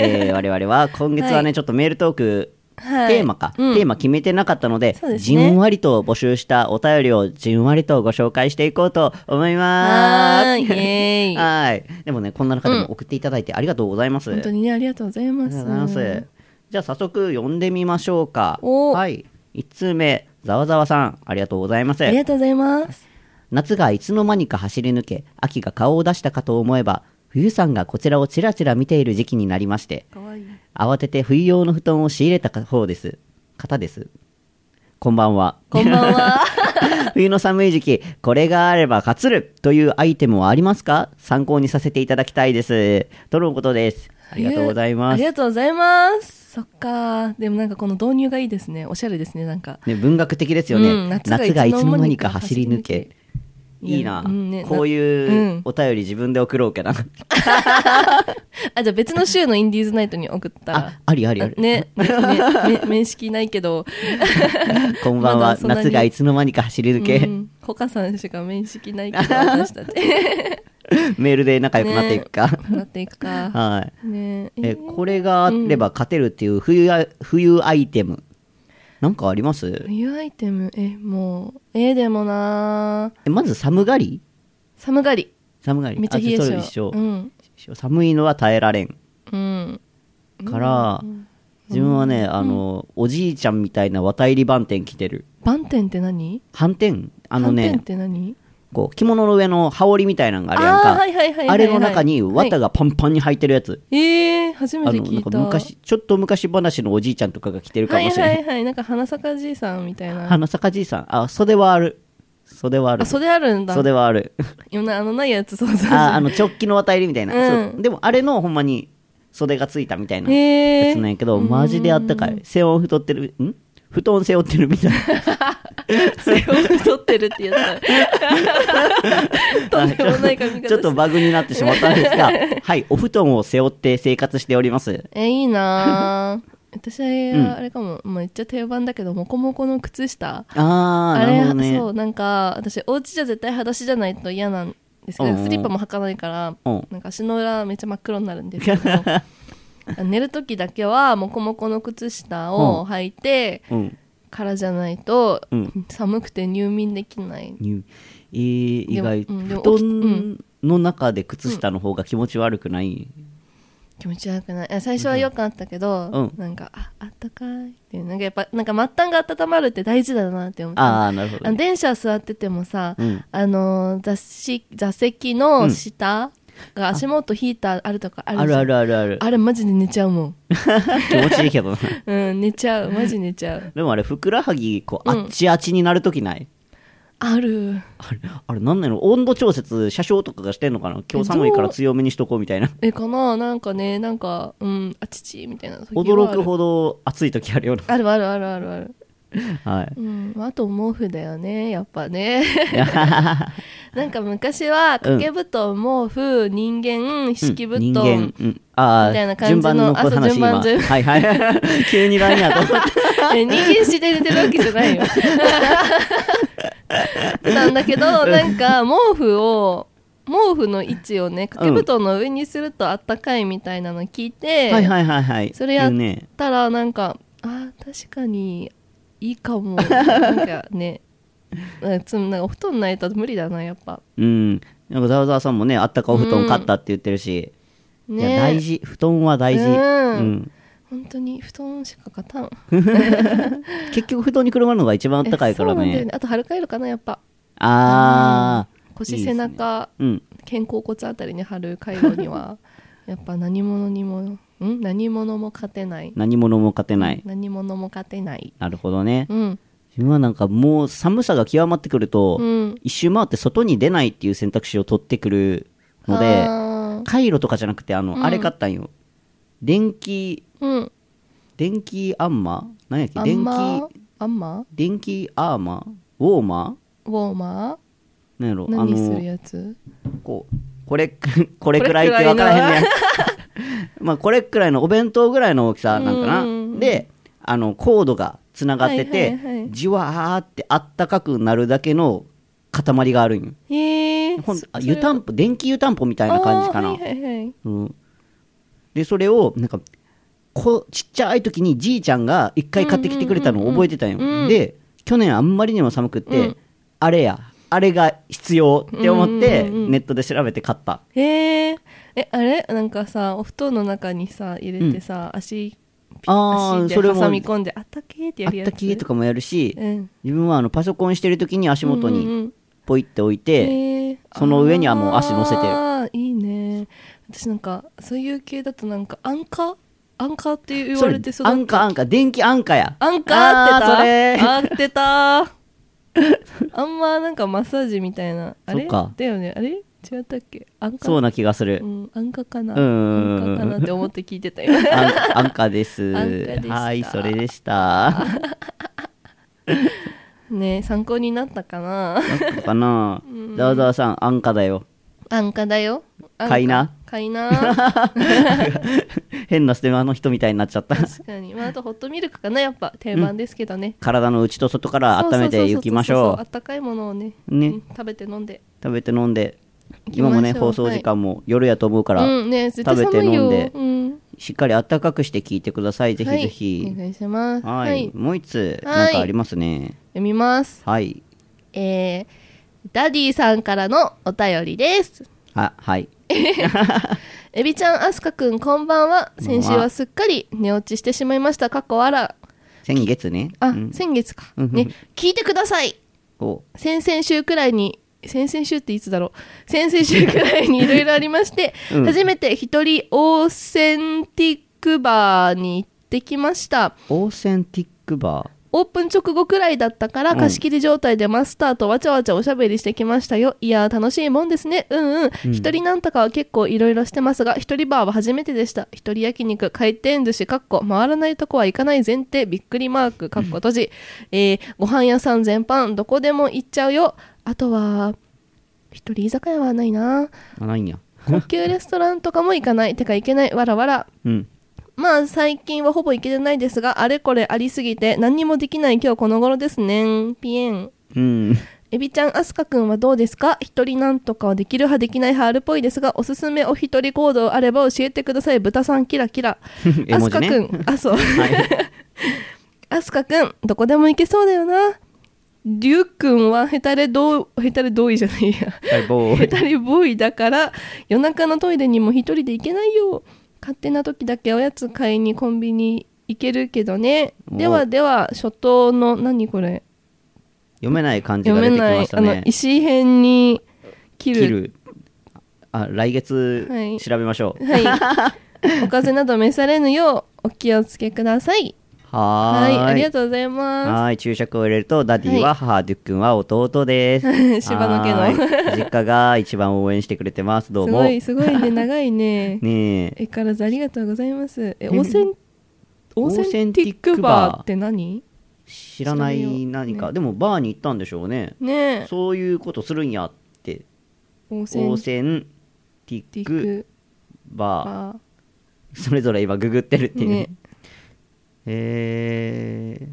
[SPEAKER 3] えー我々は今月はね、
[SPEAKER 4] は
[SPEAKER 3] ちょっとメールトーク
[SPEAKER 4] はい
[SPEAKER 3] テーマか、
[SPEAKER 4] うん
[SPEAKER 3] テーマ決めてなかったので
[SPEAKER 4] そうです
[SPEAKER 3] じ
[SPEAKER 4] ね
[SPEAKER 3] んわりと募集したお便りをじんわりとご紹介していこうと思います。
[SPEAKER 4] はーいイエー イ
[SPEAKER 3] はい。でもね、こんな中でも送っていただいてありがとうございます。
[SPEAKER 4] 本当にねありがとうござい
[SPEAKER 3] あ
[SPEAKER 4] ま
[SPEAKER 3] り
[SPEAKER 4] す
[SPEAKER 3] がとうございます。じゃあ早速読んでみましょうか。
[SPEAKER 4] お
[SPEAKER 3] はい。1通目、ざわざわさん、ありがとうございます
[SPEAKER 4] あ。りがとうございます
[SPEAKER 3] 夏がいつの間にか走り抜け、秋が顔を出したかと思えば、冬さんがこちらをちらちら見ている時期になりまして、
[SPEAKER 4] かわいい
[SPEAKER 3] 慌てて冬用の布団を仕入れた方です。方です。こんばんは。
[SPEAKER 4] こんばんは
[SPEAKER 3] 冬の寒い時期、これがあれば勝るというアイテムはありますか参考にさせていただきたいです。とのことです。 ありがとうございま
[SPEAKER 4] あり
[SPEAKER 3] す。
[SPEAKER 4] がとうございますそっかでもなんかこの導入がいいですねおしゃれですねなんか
[SPEAKER 3] ね、文学的ですよね、
[SPEAKER 4] うん夏が
[SPEAKER 3] 夏がいつの間にか走り抜け。
[SPEAKER 4] いや
[SPEAKER 3] いいな、
[SPEAKER 4] うんね
[SPEAKER 3] こう
[SPEAKER 4] なう
[SPEAKER 3] いうんお便り自分で送ろうかな。
[SPEAKER 4] あじゃあ別の週のインディーズナイトに送ったら
[SPEAKER 3] あ、ありありあ
[SPEAKER 4] あ
[SPEAKER 3] り。
[SPEAKER 4] ねね め面識ないけど、
[SPEAKER 3] こんばん
[SPEAKER 4] ま
[SPEAKER 3] は、
[SPEAKER 4] だそんなに
[SPEAKER 3] 夏がいつの間にか走り抜け、
[SPEAKER 4] うん、ほかさんしか面識ないけど私たち
[SPEAKER 3] メールで仲良くなっていくか。
[SPEAKER 4] なっていく か
[SPEAKER 3] はい。
[SPEAKER 4] ねえ
[SPEAKER 3] え、これがあれば勝てるっていう冬あ、冬アイテム。なんかあります
[SPEAKER 4] 冬アイテムえもうえでもな
[SPEAKER 3] え、まず寒がり
[SPEAKER 4] 寒がり
[SPEAKER 3] 寒がり。
[SPEAKER 4] めっちゃ冷え
[SPEAKER 3] あそ
[SPEAKER 4] 性
[SPEAKER 3] れ一緒
[SPEAKER 4] うん
[SPEAKER 3] 寒いのは耐えられん。
[SPEAKER 4] うん
[SPEAKER 3] から、自分はね、あの、おじいちゃんみたいな綿入り番店着てる。
[SPEAKER 4] 番店って何
[SPEAKER 3] 反転あの
[SPEAKER 4] 斑点
[SPEAKER 3] ね
[SPEAKER 4] っ、て何
[SPEAKER 3] こう、着物の上の羽織みたいなのがあるやん
[SPEAKER 4] あーはいはいはいはいは
[SPEAKER 3] か。
[SPEAKER 4] い
[SPEAKER 3] あれの中に綿がパンパンに入ってるやつ。
[SPEAKER 4] えー、初め
[SPEAKER 3] あ
[SPEAKER 4] て
[SPEAKER 3] の、
[SPEAKER 4] 聞
[SPEAKER 3] ないんか
[SPEAKER 4] た
[SPEAKER 3] 昔、ちょっと昔話のおじいちゃんとかが着てるかもしれな
[SPEAKER 4] はいい。はいはいなんか花咲じいさんみたい な
[SPEAKER 3] 花坂じいさん。あ、袖はある。袖はある
[SPEAKER 4] あ。袖あるんだ
[SPEAKER 3] 袖はある。
[SPEAKER 4] いやなあのないやつそうそう
[SPEAKER 3] あ、あの、直帰の綿入りみたいな。
[SPEAKER 4] うん
[SPEAKER 3] そうでも、あれのほんまに袖がついたみたいなや
[SPEAKER 4] え
[SPEAKER 3] つなん
[SPEAKER 4] ー、
[SPEAKER 3] やけど、マジであったかい。背負う太ってる、ん布団背負ってるみたいな。
[SPEAKER 4] 背負太ってるって 言ったら とんでもない髪型
[SPEAKER 3] ちょっとバグになってしまったんです が、はい、お布団を背負って生活しております。
[SPEAKER 4] えい いなぁ私
[SPEAKER 3] うん
[SPEAKER 4] はあれかも、まあ、めっちゃ定番だけどモコモコの靴下
[SPEAKER 3] あー、
[SPEAKER 4] あ
[SPEAKER 3] なる
[SPEAKER 4] れ
[SPEAKER 3] ほどね。
[SPEAKER 4] そうなんか私お家じゃ絶対裸足じゃないと嫌なんですけど、
[SPEAKER 3] うんうん
[SPEAKER 4] スリッパも履かないから、
[SPEAKER 3] うん
[SPEAKER 4] なんか足の裏めっちゃ真っ黒になるんですけ ど寝る時だけはモコモコの靴下を履いて
[SPEAKER 3] うん。
[SPEAKER 4] からじゃないと、
[SPEAKER 3] うん
[SPEAKER 4] 寒くて入眠できない
[SPEAKER 3] にえー、意外、
[SPEAKER 4] でもうんでも
[SPEAKER 3] 布団の中で靴下の方が気持ち悪くない、
[SPEAKER 4] 気持ち悪くないえ最初は良かったけど、
[SPEAKER 3] うん
[SPEAKER 4] なんかああったかいっていうなんかやっぱなんか末端が温まるって大事だなって思った
[SPEAKER 3] あー、なるほど
[SPEAKER 4] あの。電車座っててもさ、
[SPEAKER 3] うん
[SPEAKER 4] あの座席座席の下が足元ヒーターあるとかあるじゃ
[SPEAKER 3] あ
[SPEAKER 4] ん
[SPEAKER 3] るあるあるある。
[SPEAKER 4] あれマジで寝ちゃうもん
[SPEAKER 3] 気持ちいいけどな。
[SPEAKER 4] うん寝ちゃうマジ寝ちゃう
[SPEAKER 3] でもあれ、ふくらはぎ、こう、
[SPEAKER 4] うん
[SPEAKER 3] あっちあっちになるときない、
[SPEAKER 4] ある
[SPEAKER 3] あれ、あれなんなの温度調節、車掌とかがしてんのかな今日寒いから強めにしとこうみたいな。
[SPEAKER 4] えかななんかねなんかうんあちちみたいな時はある
[SPEAKER 3] 驚くほど暑いときあるよ
[SPEAKER 4] あるあるあるあるある
[SPEAKER 3] な。はい。
[SPEAKER 4] うん、まああと毛布だよねやっ ぱねなんか昔は掛け布団、毛布人間
[SPEAKER 3] うん
[SPEAKER 4] 敷布団、
[SPEAKER 3] 人間、うん、あ
[SPEAKER 4] みたいな
[SPEAKER 3] あ
[SPEAKER 4] 感じ
[SPEAKER 3] 順
[SPEAKER 4] の
[SPEAKER 3] 番のこう
[SPEAKER 4] あそう
[SPEAKER 3] 話
[SPEAKER 4] 順番
[SPEAKER 3] 今
[SPEAKER 4] 順
[SPEAKER 3] はいはい 急にラインやと思って
[SPEAKER 4] え人間して寝てるわけじゃないよ。 なんだけどなんか毛布を毛布の位置をね掛け布団の上にするとあったかいみたいなの聞いて、
[SPEAKER 3] はいはいはいはい
[SPEAKER 4] それや
[SPEAKER 3] 言
[SPEAKER 4] っ
[SPEAKER 3] うね
[SPEAKER 4] たらなんかあー確かにいいかもなんかね なんかつなんかお布団ないと無理だなやっぱ
[SPEAKER 3] うんなんかざわざわさんもねあったかお布団買ったって言ってるし、いや
[SPEAKER 4] ね
[SPEAKER 3] 大事布団は大事
[SPEAKER 4] うん本当に布団しか勝たん
[SPEAKER 3] 結局布団にくるまるのが一番あったかいから
[SPEAKER 4] えそうなんだ
[SPEAKER 3] ね
[SPEAKER 4] よねあとはるかいるかなやっぱ
[SPEAKER 3] あーいい
[SPEAKER 4] 腰
[SPEAKER 3] で
[SPEAKER 4] 背
[SPEAKER 3] すね
[SPEAKER 4] 中
[SPEAKER 3] うん
[SPEAKER 4] 肩甲骨あたりに貼る回路 にはやっぱ何者にもん何者も勝てない
[SPEAKER 3] 何者も勝てない
[SPEAKER 4] 何者も勝てない
[SPEAKER 3] なるほどね
[SPEAKER 4] うん
[SPEAKER 3] 自分はなんかもう寒さが極まってくると、
[SPEAKER 4] うん
[SPEAKER 3] 一周回って外に出ないっていう選択肢を取ってくるので
[SPEAKER 4] あー
[SPEAKER 3] カイロとかじゃなくてあの、
[SPEAKER 4] うん
[SPEAKER 3] あれ買ったんよ電気
[SPEAKER 4] うん
[SPEAKER 3] 電気アンマー何やっけ
[SPEAKER 4] あん
[SPEAKER 3] 電
[SPEAKER 4] ま
[SPEAKER 3] 気
[SPEAKER 4] あんま
[SPEAKER 3] 電気アーマーウォーマ
[SPEAKER 4] ウォーマ
[SPEAKER 3] ー
[SPEAKER 4] ー
[SPEAKER 3] なんやろ
[SPEAKER 4] 何する
[SPEAKER 3] あ
[SPEAKER 4] やつ
[SPEAKER 3] のこうこれ これくらいって分からへんねん まあこれくらいのお弁当ぐらいの大きさなんかな、
[SPEAKER 4] うんうんうん
[SPEAKER 3] であのコードがつながってて、
[SPEAKER 4] はいはいはい
[SPEAKER 3] じわーってあったかくなるだけの塊があるんよ
[SPEAKER 4] へえ
[SPEAKER 3] ほんあ湯たんぽ電気湯たんぽみたいな感じかな、
[SPEAKER 4] はいはいはい
[SPEAKER 3] うん、でそれをなんかこちっちゃい時にじいちゃんが一回買ってきてくれたのを覚えてたんよ、
[SPEAKER 4] うん
[SPEAKER 3] で去年あんまりにも寒くって、
[SPEAKER 4] うん
[SPEAKER 3] あれやあれが必要って思って
[SPEAKER 4] うんうんうんうん
[SPEAKER 3] ネットで調べて買った、
[SPEAKER 4] へええあれなんかさお布団の中にさ入れてさ、足
[SPEAKER 3] あ
[SPEAKER 4] 足
[SPEAKER 3] あ
[SPEAKER 4] で
[SPEAKER 3] それも
[SPEAKER 4] 挟
[SPEAKER 3] あ
[SPEAKER 4] み込んであったけーってやる
[SPEAKER 3] っ
[SPEAKER 4] やつ
[SPEAKER 3] たきとかもやるし
[SPEAKER 4] うん
[SPEAKER 3] 自分はあのパソコンしてる時に足元
[SPEAKER 4] うんうんう
[SPEAKER 3] に
[SPEAKER 4] ん
[SPEAKER 3] ポイって置いて、
[SPEAKER 4] へー
[SPEAKER 3] その上にはもう足乗せてる
[SPEAKER 4] あーいいね私なんかそういう系だとなんかアンカアンカって言
[SPEAKER 3] そ
[SPEAKER 4] わ
[SPEAKER 3] れ
[SPEAKER 4] れてそう
[SPEAKER 3] あんかあんか電気あんかや
[SPEAKER 4] アンカーってた
[SPEAKER 3] あーそれ
[SPEAKER 4] あーってたあんまなんかマッサージみたいなあ
[SPEAKER 3] そ
[SPEAKER 4] れ
[SPEAKER 3] っか
[SPEAKER 4] だよねあれ違ったっけアンカ
[SPEAKER 3] そうな気がする、
[SPEAKER 4] うん、アンカかな
[SPEAKER 3] うんうんうん
[SPEAKER 4] アンカかなって思って聞いてたよ
[SPEAKER 3] あんあんかです
[SPEAKER 4] あんかでした
[SPEAKER 3] はいそれでした
[SPEAKER 4] ねえ参考になったか
[SPEAKER 3] な
[SPEAKER 4] な
[SPEAKER 3] んかかなざわざわさん安価だ よ
[SPEAKER 4] アンカだよアンカ
[SPEAKER 3] 買いな
[SPEAKER 4] 買いな
[SPEAKER 3] 変なステマの人みたいになっちゃった
[SPEAKER 4] 確かに、まあ、あとホットミルクかなやっぱ定番ですけどね、
[SPEAKER 3] 体の内と外から温めていきまし
[SPEAKER 4] そうそうそうそうそう
[SPEAKER 3] ょ
[SPEAKER 4] あったかいものをね
[SPEAKER 3] うね
[SPEAKER 4] うん食べて飲んで
[SPEAKER 3] 食べて飲んで
[SPEAKER 4] 行き
[SPEAKER 3] 今
[SPEAKER 4] ましょう
[SPEAKER 3] もね放送時間も夜やと思うから、
[SPEAKER 4] うんね絶対
[SPEAKER 3] 食べて飲
[SPEAKER 4] 寒い
[SPEAKER 3] ん
[SPEAKER 4] よ
[SPEAKER 3] で
[SPEAKER 4] うん、
[SPEAKER 3] しっかり暖かくして聞いてくださいぜひ
[SPEAKER 4] はい
[SPEAKER 3] ぜひ
[SPEAKER 4] お願いします
[SPEAKER 3] はい、
[SPEAKER 4] はい、読
[SPEAKER 3] もう一つ
[SPEAKER 4] はい
[SPEAKER 3] なんかありますね
[SPEAKER 4] みます
[SPEAKER 3] はい
[SPEAKER 4] えー、ダディさんからのお便りです
[SPEAKER 3] あはい
[SPEAKER 4] エビちゃんあすかくんこんばんは
[SPEAKER 3] こんばんは
[SPEAKER 4] 先週はすっかり寝落ちしてしまいました過去あら
[SPEAKER 3] 先月ね
[SPEAKER 4] あ、
[SPEAKER 3] うん
[SPEAKER 4] 先月か、
[SPEAKER 3] うん
[SPEAKER 4] ね聞いてください
[SPEAKER 3] お
[SPEAKER 4] 先々週くらいに先々週っていつだろう先々週くらいにいろいろありまして、
[SPEAKER 3] うん
[SPEAKER 4] 初めて一人オーセンティックバーに行ってきました
[SPEAKER 3] オーセンティックバ
[SPEAKER 4] オープン直後くらいだったから
[SPEAKER 3] うん
[SPEAKER 4] 貸し切り状態でマスターとわちゃわちゃおしゃべりしてきましたよいやー楽しいもんですねうんうん一、人なんとかは結構いろいろしてますが一人バーは初めてでした一人焼肉回転寿司かっこ回らないとこは行かない前提びっくりマークかっこ閉じ、えーご飯屋さん全般どこでも行っちゃうよあとは一人居酒屋はないな
[SPEAKER 3] ーあないんや
[SPEAKER 4] 高級レストランとかも行かないてか行けないわらわら
[SPEAKER 3] うん
[SPEAKER 4] まあ最近はほぼ行けてないですがあれこれありすぎて何にもできない今日この頃ですねピエン
[SPEAKER 3] うん
[SPEAKER 4] エビちゃんあすかくんはどうですか一人なんとかはできる派できない派あるっぽいですがおすすめお一人行動あれば教えてください豚さんキラキラ
[SPEAKER 3] 絵
[SPEAKER 4] あ
[SPEAKER 3] 文字
[SPEAKER 4] すか
[SPEAKER 3] ね
[SPEAKER 4] くんあそう
[SPEAKER 3] はい
[SPEAKER 4] あすかくんどこでも行けそうだよなりゅうくんはヘタレ同ヘタレ同意じゃないや
[SPEAKER 3] はい棒
[SPEAKER 4] ヘタレボーイだから夜中のトイレにも一人で行けないよ勝手な時だけおやつ買いにコンビニ行けるけどね
[SPEAKER 3] お
[SPEAKER 4] ではでは初頭の何これ
[SPEAKER 3] 読めない感じが
[SPEAKER 4] 読
[SPEAKER 3] 出
[SPEAKER 4] め
[SPEAKER 3] てき
[SPEAKER 4] ない、
[SPEAKER 3] ました
[SPEAKER 4] あの
[SPEAKER 3] ね
[SPEAKER 4] 石編に切る
[SPEAKER 3] 切るあ来月
[SPEAKER 4] はい
[SPEAKER 3] 調べましょう、
[SPEAKER 4] はい、お風邪など召されぬようお気をつけください
[SPEAKER 3] は
[SPEAKER 4] は
[SPEAKER 3] ー
[SPEAKER 4] い
[SPEAKER 3] い
[SPEAKER 4] ありがとうございま
[SPEAKER 3] はい注釈を入れるとダディは母、デュックンは弟です
[SPEAKER 4] 柴野家の
[SPEAKER 3] はーい実家が一番応援してくれてます
[SPEAKER 4] す
[SPEAKER 3] どう
[SPEAKER 4] す
[SPEAKER 3] も
[SPEAKER 4] ごいす ごいね長いね
[SPEAKER 3] ねえ
[SPEAKER 4] えからずありがとうございますえオーセンオーセンティックバーって何
[SPEAKER 3] 知らない何か、でもバーに行ったんでしょうね
[SPEAKER 4] ねえ
[SPEAKER 3] そういうことするんやって
[SPEAKER 4] オーセ
[SPEAKER 3] オー
[SPEAKER 4] ン
[SPEAKER 3] センティ
[SPEAKER 4] ティ
[SPEAKER 3] ッ
[SPEAKER 4] ック
[SPEAKER 3] クバ
[SPEAKER 4] バ
[SPEAKER 3] ーそれぞれ今ググってるっていうね
[SPEAKER 4] ね
[SPEAKER 3] え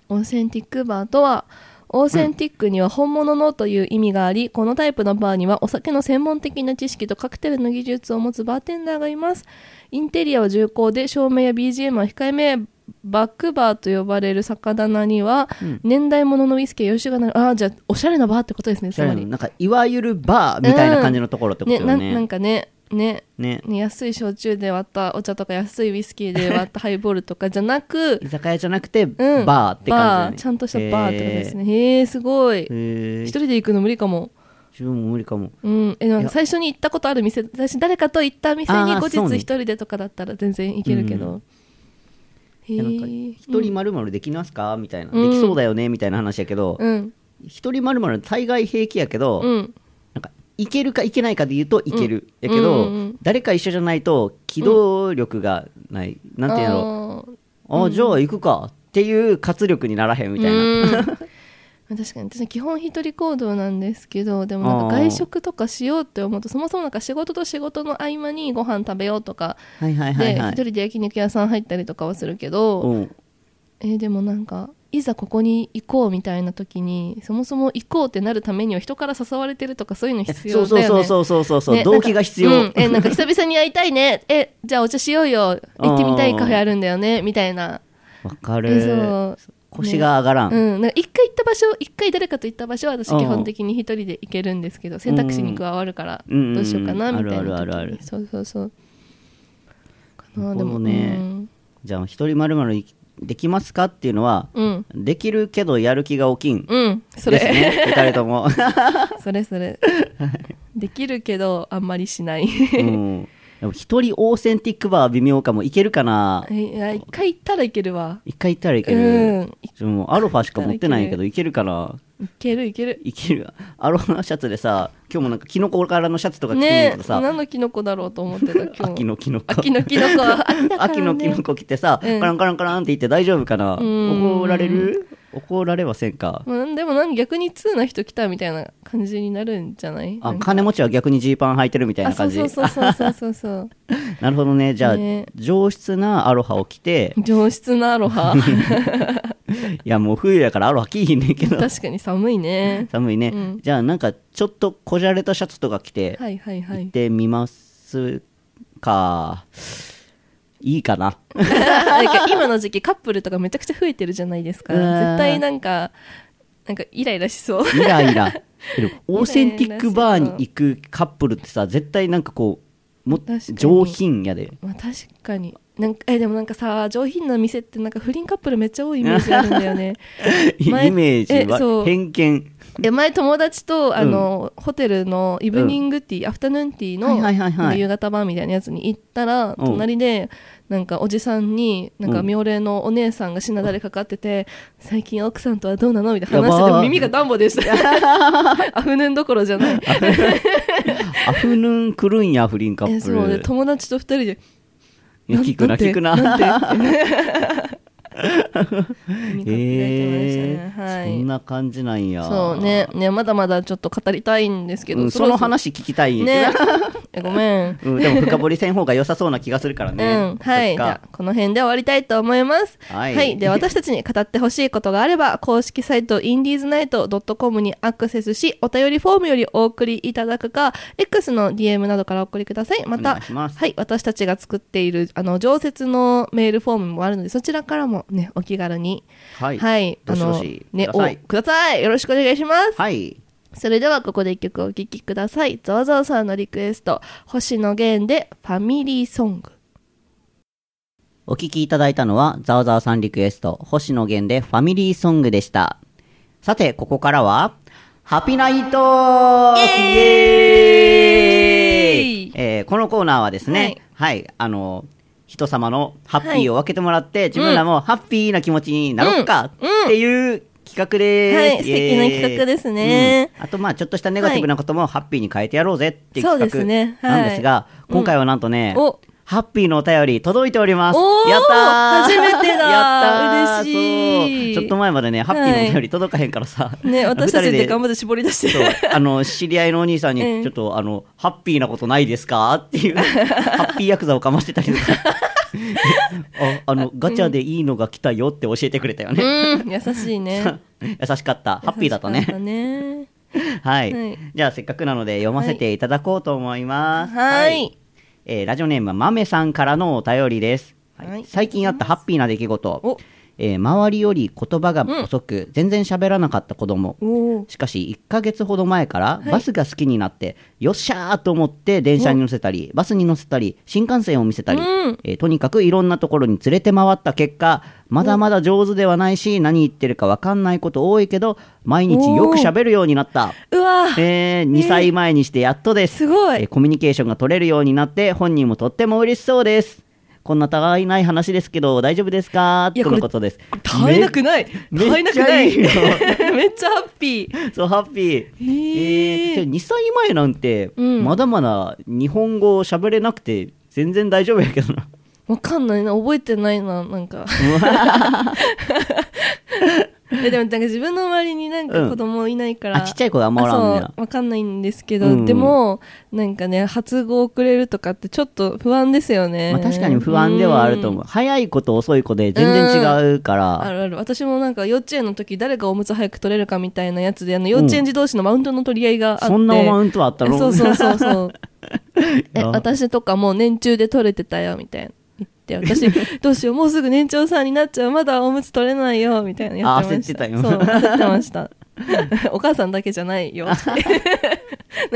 [SPEAKER 3] ー
[SPEAKER 4] オーセンティックバーとはオーセンティックには本物のという意味があり、このタイプのバーにはお酒の専門的な知識とカクテルの技術を持つバーテンダーがいますインテリアは重厚で照明や BGM は控えめバックバーと呼ばれる酒棚には、年代物のウイスキーや洋酒がなるああじゃあおしゃれなバーってことですね
[SPEAKER 3] おし
[SPEAKER 4] つ
[SPEAKER 3] ゃれ
[SPEAKER 4] ま
[SPEAKER 3] な
[SPEAKER 4] り
[SPEAKER 3] なんかいわゆるバーみたいな感じのところってこと
[SPEAKER 4] ね
[SPEAKER 3] よね,、
[SPEAKER 4] ななんかねね
[SPEAKER 3] ね
[SPEAKER 4] ね安い焼酎で割ったお茶とか安いウイスキーで割ったハイボールとかじゃなく、
[SPEAKER 3] 居酒屋じゃなくて、
[SPEAKER 4] うん、
[SPEAKER 3] バーって感じだね
[SPEAKER 4] バーちゃんとしたバーってことですねへえすごい
[SPEAKER 3] へーへー
[SPEAKER 4] 一人で行くの無理かも
[SPEAKER 3] 自分も無理かも
[SPEAKER 4] うんえなん
[SPEAKER 3] い
[SPEAKER 4] か
[SPEAKER 3] や
[SPEAKER 4] 最初に行ったことある店最初誰かと行った店に
[SPEAKER 3] あー
[SPEAKER 4] 後日
[SPEAKER 3] そうね
[SPEAKER 4] 一人でとかだったら全然行けるけど、へ
[SPEAKER 3] いやなんか
[SPEAKER 4] え
[SPEAKER 3] 一人まるまるできますかみたいな、
[SPEAKER 4] うん
[SPEAKER 3] できそうだよねみたいな話やけど
[SPEAKER 4] うん
[SPEAKER 3] 一人まるまる大概平気やけど、
[SPEAKER 4] うん
[SPEAKER 3] なんかいけるかいけないかで言うといける、やけど、
[SPEAKER 4] うんうんうん
[SPEAKER 3] 誰か一緒じゃないと機動力がない、なんていうんやろ
[SPEAKER 4] あー
[SPEAKER 3] ああじゃあ行くかっていう活力にならへんみたいな、
[SPEAKER 4] うん確かに私基本一人行動なんですけどでもなんか
[SPEAKER 3] あー
[SPEAKER 4] 外食とかしようって思うとそもそもなんか仕事と仕事の合間にご飯食べようとか
[SPEAKER 3] はいはいは
[SPEAKER 4] で
[SPEAKER 3] い
[SPEAKER 4] 一
[SPEAKER 3] はい
[SPEAKER 4] 人で焼肉屋さん入ったりとかはするけど、
[SPEAKER 3] うん
[SPEAKER 4] えーでもなんかいざここに行こうみたいな時にそもそも行こうってなるためには人から誘われてるとかそういうの必
[SPEAKER 3] そう
[SPEAKER 4] 要だよ
[SPEAKER 3] そう
[SPEAKER 4] ね
[SPEAKER 3] そうそうそうそうそう、
[SPEAKER 4] ね
[SPEAKER 3] 動機が必要、
[SPEAKER 4] なんかうんえなんか久々に会いたいね えじゃあお茶しようよ行ってみたいカフェあるんだよねみたいな
[SPEAKER 3] わか
[SPEAKER 4] え
[SPEAKER 3] る
[SPEAKER 4] そう
[SPEAKER 3] 腰が上がらん、
[SPEAKER 4] うん、なんか一回行った場所一回誰かと行った場所は私
[SPEAKER 3] うん
[SPEAKER 4] 基本的に一人で行けるんですけど選択肢に加わるから
[SPEAKER 3] うん
[SPEAKER 4] どうしようかな
[SPEAKER 3] うんう
[SPEAKER 4] みた
[SPEAKER 3] ん
[SPEAKER 4] いな時に
[SPEAKER 3] あるあるあるある
[SPEAKER 4] そうそうそうかな
[SPEAKER 3] るほど
[SPEAKER 4] でも
[SPEAKER 3] ね
[SPEAKER 4] うん
[SPEAKER 3] じゃあ一人まるまるできますかっていうのは、
[SPEAKER 4] うん、
[SPEAKER 3] できるけどやる気が起きん、
[SPEAKER 4] うん、そ
[SPEAKER 3] です
[SPEAKER 4] れ
[SPEAKER 3] ね二人と も、
[SPEAKER 4] それそれできるけどあんまりし ない
[SPEAKER 3] うん、でも一人オーセンティックバーは微妙かもいけるかない
[SPEAKER 4] や一回行ったらいけるわ
[SPEAKER 3] 一回行ったらいけ
[SPEAKER 4] う
[SPEAKER 3] る
[SPEAKER 4] ん
[SPEAKER 3] でもアロファしか持ってないけどいけるかない
[SPEAKER 4] けるいける
[SPEAKER 3] いけるアロファのシャツでさ今日もなんかキノコ柄のシャツとか着てる
[SPEAKER 4] ね
[SPEAKER 3] けど
[SPEAKER 4] え
[SPEAKER 3] さ、
[SPEAKER 4] 何のキノコだろうと思って た今日
[SPEAKER 3] 秋のキノコ
[SPEAKER 4] 秋のキノ コは秋だから、ね、
[SPEAKER 3] 秋のキノコ着てさ、
[SPEAKER 4] うん
[SPEAKER 3] カランカランカランって言って大丈夫かな
[SPEAKER 4] うん
[SPEAKER 3] 怒られる怒られはせんか
[SPEAKER 4] まあでもなん逆に通な人来たみたいな感じになるんじゃない
[SPEAKER 3] あ
[SPEAKER 4] なんか
[SPEAKER 3] 金持ちは逆にジーパン履いてるみたいな感じ
[SPEAKER 4] あそうそうそうそうそうそう
[SPEAKER 3] なるほどねじゃあ、
[SPEAKER 4] ね
[SPEAKER 3] 上質なアロハを着て
[SPEAKER 4] そう上質なアロ ハ
[SPEAKER 3] いやもう冬やからアロハ着いひんねんけど
[SPEAKER 4] 確かに寒いね
[SPEAKER 3] 寒いね、
[SPEAKER 4] うん
[SPEAKER 3] じゃあなんかちょっとこじゃれたシャツとか着て
[SPEAKER 4] はいはいは
[SPEAKER 3] 行っ
[SPEAKER 4] い
[SPEAKER 3] てみますか、い、いかな
[SPEAKER 4] なんか今の時期カップルとかめちゃくちゃ増えてるじゃないですか
[SPEAKER 3] うん
[SPEAKER 4] 絶対なんかなんかイライラしそう
[SPEAKER 3] イライ ラでもオーセンティックバーに行くカップルってさ絶対なんかこうも
[SPEAKER 4] 確かに
[SPEAKER 3] 上品やで
[SPEAKER 4] まあ確かになんかえでもなんかさ上品な店ってなんか不倫カップルめっちゃ多いイメージあるんだ よね
[SPEAKER 3] イ
[SPEAKER 4] 前
[SPEAKER 3] メージ
[SPEAKER 4] えそ
[SPEAKER 3] は
[SPEAKER 4] う
[SPEAKER 3] 偏見
[SPEAKER 4] で前友達とあの、ホテルのイブニングティー、アフタヌーンティーの,、
[SPEAKER 3] はいはいはいはい
[SPEAKER 4] 夕方版みたいなやつに行ったら
[SPEAKER 3] うん
[SPEAKER 4] 隣でなんかおじさんになんか
[SPEAKER 3] うん
[SPEAKER 4] 妙齢のお姉さんがしなだれかかってて、最近奥さんとはどうなのみたいな
[SPEAKER 3] や
[SPEAKER 4] 話し
[SPEAKER 3] ば
[SPEAKER 4] て
[SPEAKER 3] ー
[SPEAKER 4] て耳がダンボ でしたアフヌーンどころじゃない
[SPEAKER 3] アフヌーン来るんや不倫カ
[SPEAKER 4] え
[SPEAKER 3] ップ
[SPEAKER 4] そうで
[SPEAKER 3] ル
[SPEAKER 4] 友達と二人で
[SPEAKER 3] いや聞くな
[SPEAKER 4] て
[SPEAKER 3] 聞くなん
[SPEAKER 4] て耳かきが
[SPEAKER 3] え
[SPEAKER 4] いてましたねは
[SPEAKER 3] ー
[SPEAKER 4] い
[SPEAKER 3] そんな感じなんや
[SPEAKER 4] そうねねまだまだちょっと語りたいんですけど、
[SPEAKER 3] うんその話聞きたい
[SPEAKER 4] ねえごめん
[SPEAKER 3] うんでも深掘りせん方が良さそうな気がするから ね
[SPEAKER 4] うん、はい。じ
[SPEAKER 3] そっ
[SPEAKER 4] ゃ
[SPEAKER 3] か
[SPEAKER 4] あ、この辺で終わりたいと思います。
[SPEAKER 3] はい
[SPEAKER 4] で、私たちに語ってほしいことがあれば、公式サイト、インディーズナイト .com にアクセスし、お便りフォームよりお送りいただくか、X の DM などからお送りください。ま
[SPEAKER 3] お
[SPEAKER 4] た、
[SPEAKER 3] 願いします
[SPEAKER 4] はい、私たちが作っている、あの、常設のメールフォームもあるので、そちらからもね、お気軽に。
[SPEAKER 3] はい
[SPEAKER 4] あ
[SPEAKER 3] どしど
[SPEAKER 4] の
[SPEAKER 3] し、
[SPEAKER 4] ね、
[SPEAKER 3] くだ
[SPEAKER 4] お
[SPEAKER 3] さい、
[SPEAKER 4] ください。よろしくお願いします。
[SPEAKER 3] はい
[SPEAKER 4] それではここで一曲お聴きください。ゾワゾワさんのリクエスト、星野源でファミリーソング。
[SPEAKER 3] お聞きいただいたのは、ザワザワさんリクエスト、星野源でファミリーソングでした。さて、ここからは、ハピナイトークイエーイ
[SPEAKER 4] イエーイ
[SPEAKER 3] えーこのコーナーはですね、はい、あの、人様のハッピーを分けてもらって、自分らもハッピーな気持ちになろうかっていう企画です。
[SPEAKER 4] はい
[SPEAKER 3] イエーイ
[SPEAKER 4] 素敵な企画ですね
[SPEAKER 3] うんあと、まあちょっとしたネガティブなこともハッピーに変えてやろうぜっていう
[SPEAKER 4] そうで
[SPEAKER 3] 企
[SPEAKER 4] すね
[SPEAKER 3] 画なんですが、
[SPEAKER 4] はい
[SPEAKER 3] 今回はなんとね、
[SPEAKER 4] うんお
[SPEAKER 3] ハッピーのお便り届いております。
[SPEAKER 4] おー
[SPEAKER 3] やったー
[SPEAKER 4] 初めてだ
[SPEAKER 3] やったー
[SPEAKER 4] 嬉しい
[SPEAKER 3] そうちょっと前までね、ハッピーのお便り届かへんからさ。
[SPEAKER 4] ね、私たちで頑張
[SPEAKER 3] っ
[SPEAKER 4] って絞り出して。
[SPEAKER 3] そうあの知り合いのお兄さんに、
[SPEAKER 4] うん
[SPEAKER 3] ちょっとあのハッピーなことないですかっていうハッピーヤクザをかましてたりと かああのガチャでいいのが来たよって教えてくれたよね、
[SPEAKER 4] うん、優しいね。
[SPEAKER 3] 優しかったハッピーだった
[SPEAKER 4] 優しか
[SPEAKER 3] ね
[SPEAKER 4] ね
[SPEAKER 3] はい、
[SPEAKER 4] はい
[SPEAKER 3] じゃあせっかくなので読ませていただこうと思います
[SPEAKER 4] はい
[SPEAKER 3] えーラジオネームまめさんからのお便りです、はい
[SPEAKER 4] はい
[SPEAKER 3] 最近あったハッピーな出来事
[SPEAKER 4] お、
[SPEAKER 3] えー周りより言葉が遅く、全然喋らなかった子供
[SPEAKER 4] おお
[SPEAKER 3] しかし1ヶ月ほど前からバスが好きになって、よっしゃーと思って電車に乗せたりバスに乗せたり新幹線を見せたり、えーとにかくいろんなところに連れて回った結果まだまだ上手ではないし何言ってるか分かんないこと多いけど毎日よく喋るようになった。
[SPEAKER 2] うわー
[SPEAKER 3] えー2歳前にしてやっとです。
[SPEAKER 2] すご
[SPEAKER 3] えー
[SPEAKER 2] い
[SPEAKER 3] コミュニケーションが取れるようになって本人もとっても嬉しそうです。こんなたわいない話ですけど大丈夫ですか
[SPEAKER 2] いや
[SPEAKER 3] と
[SPEAKER 2] これ
[SPEAKER 3] のことです。
[SPEAKER 2] 耐えなくない
[SPEAKER 3] め
[SPEAKER 2] 耐えなくない
[SPEAKER 3] めっちゃい
[SPEAKER 2] めっちゃハッピー
[SPEAKER 3] そう、ハッピー。
[SPEAKER 2] へー
[SPEAKER 3] えー、2歳前なんて、
[SPEAKER 4] うん
[SPEAKER 3] まだまだ日本語を喋れなくて、全然大丈夫やけどな。
[SPEAKER 4] わかんないな覚えてないななんか えでもなんか自分の周りにな
[SPEAKER 3] う
[SPEAKER 4] ん
[SPEAKER 3] ん
[SPEAKER 4] か子供いないから、
[SPEAKER 3] あ、ちっちゃい子があんまおらんね
[SPEAKER 4] あ
[SPEAKER 3] や
[SPEAKER 4] そうわかんないんですけど、
[SPEAKER 3] うん
[SPEAKER 4] でもなんかね発語遅れるとかってちょっと不安ですよね、
[SPEAKER 3] まあ、確かに不安ではあると思う。早い子と遅い子で全然違うか
[SPEAKER 4] うんあ
[SPEAKER 3] ら。
[SPEAKER 4] るある私もなんか幼稚園の時誰がおむつ早く取れるかみたいなやつであの幼稚園児同士のマウントの取り合いがあって、
[SPEAKER 3] そんなマウントあったの
[SPEAKER 4] そうそうそうそうえ
[SPEAKER 3] あ
[SPEAKER 4] 私とかもう年中で取れてたよみたいな言って私 どうしようもうすぐ年長さんになっちゃうまだおむつ取れないよみたいなやってました
[SPEAKER 3] あ焦ってた
[SPEAKER 4] そう
[SPEAKER 3] よ
[SPEAKER 4] 焦ってました お母さんだけじゃな いよなん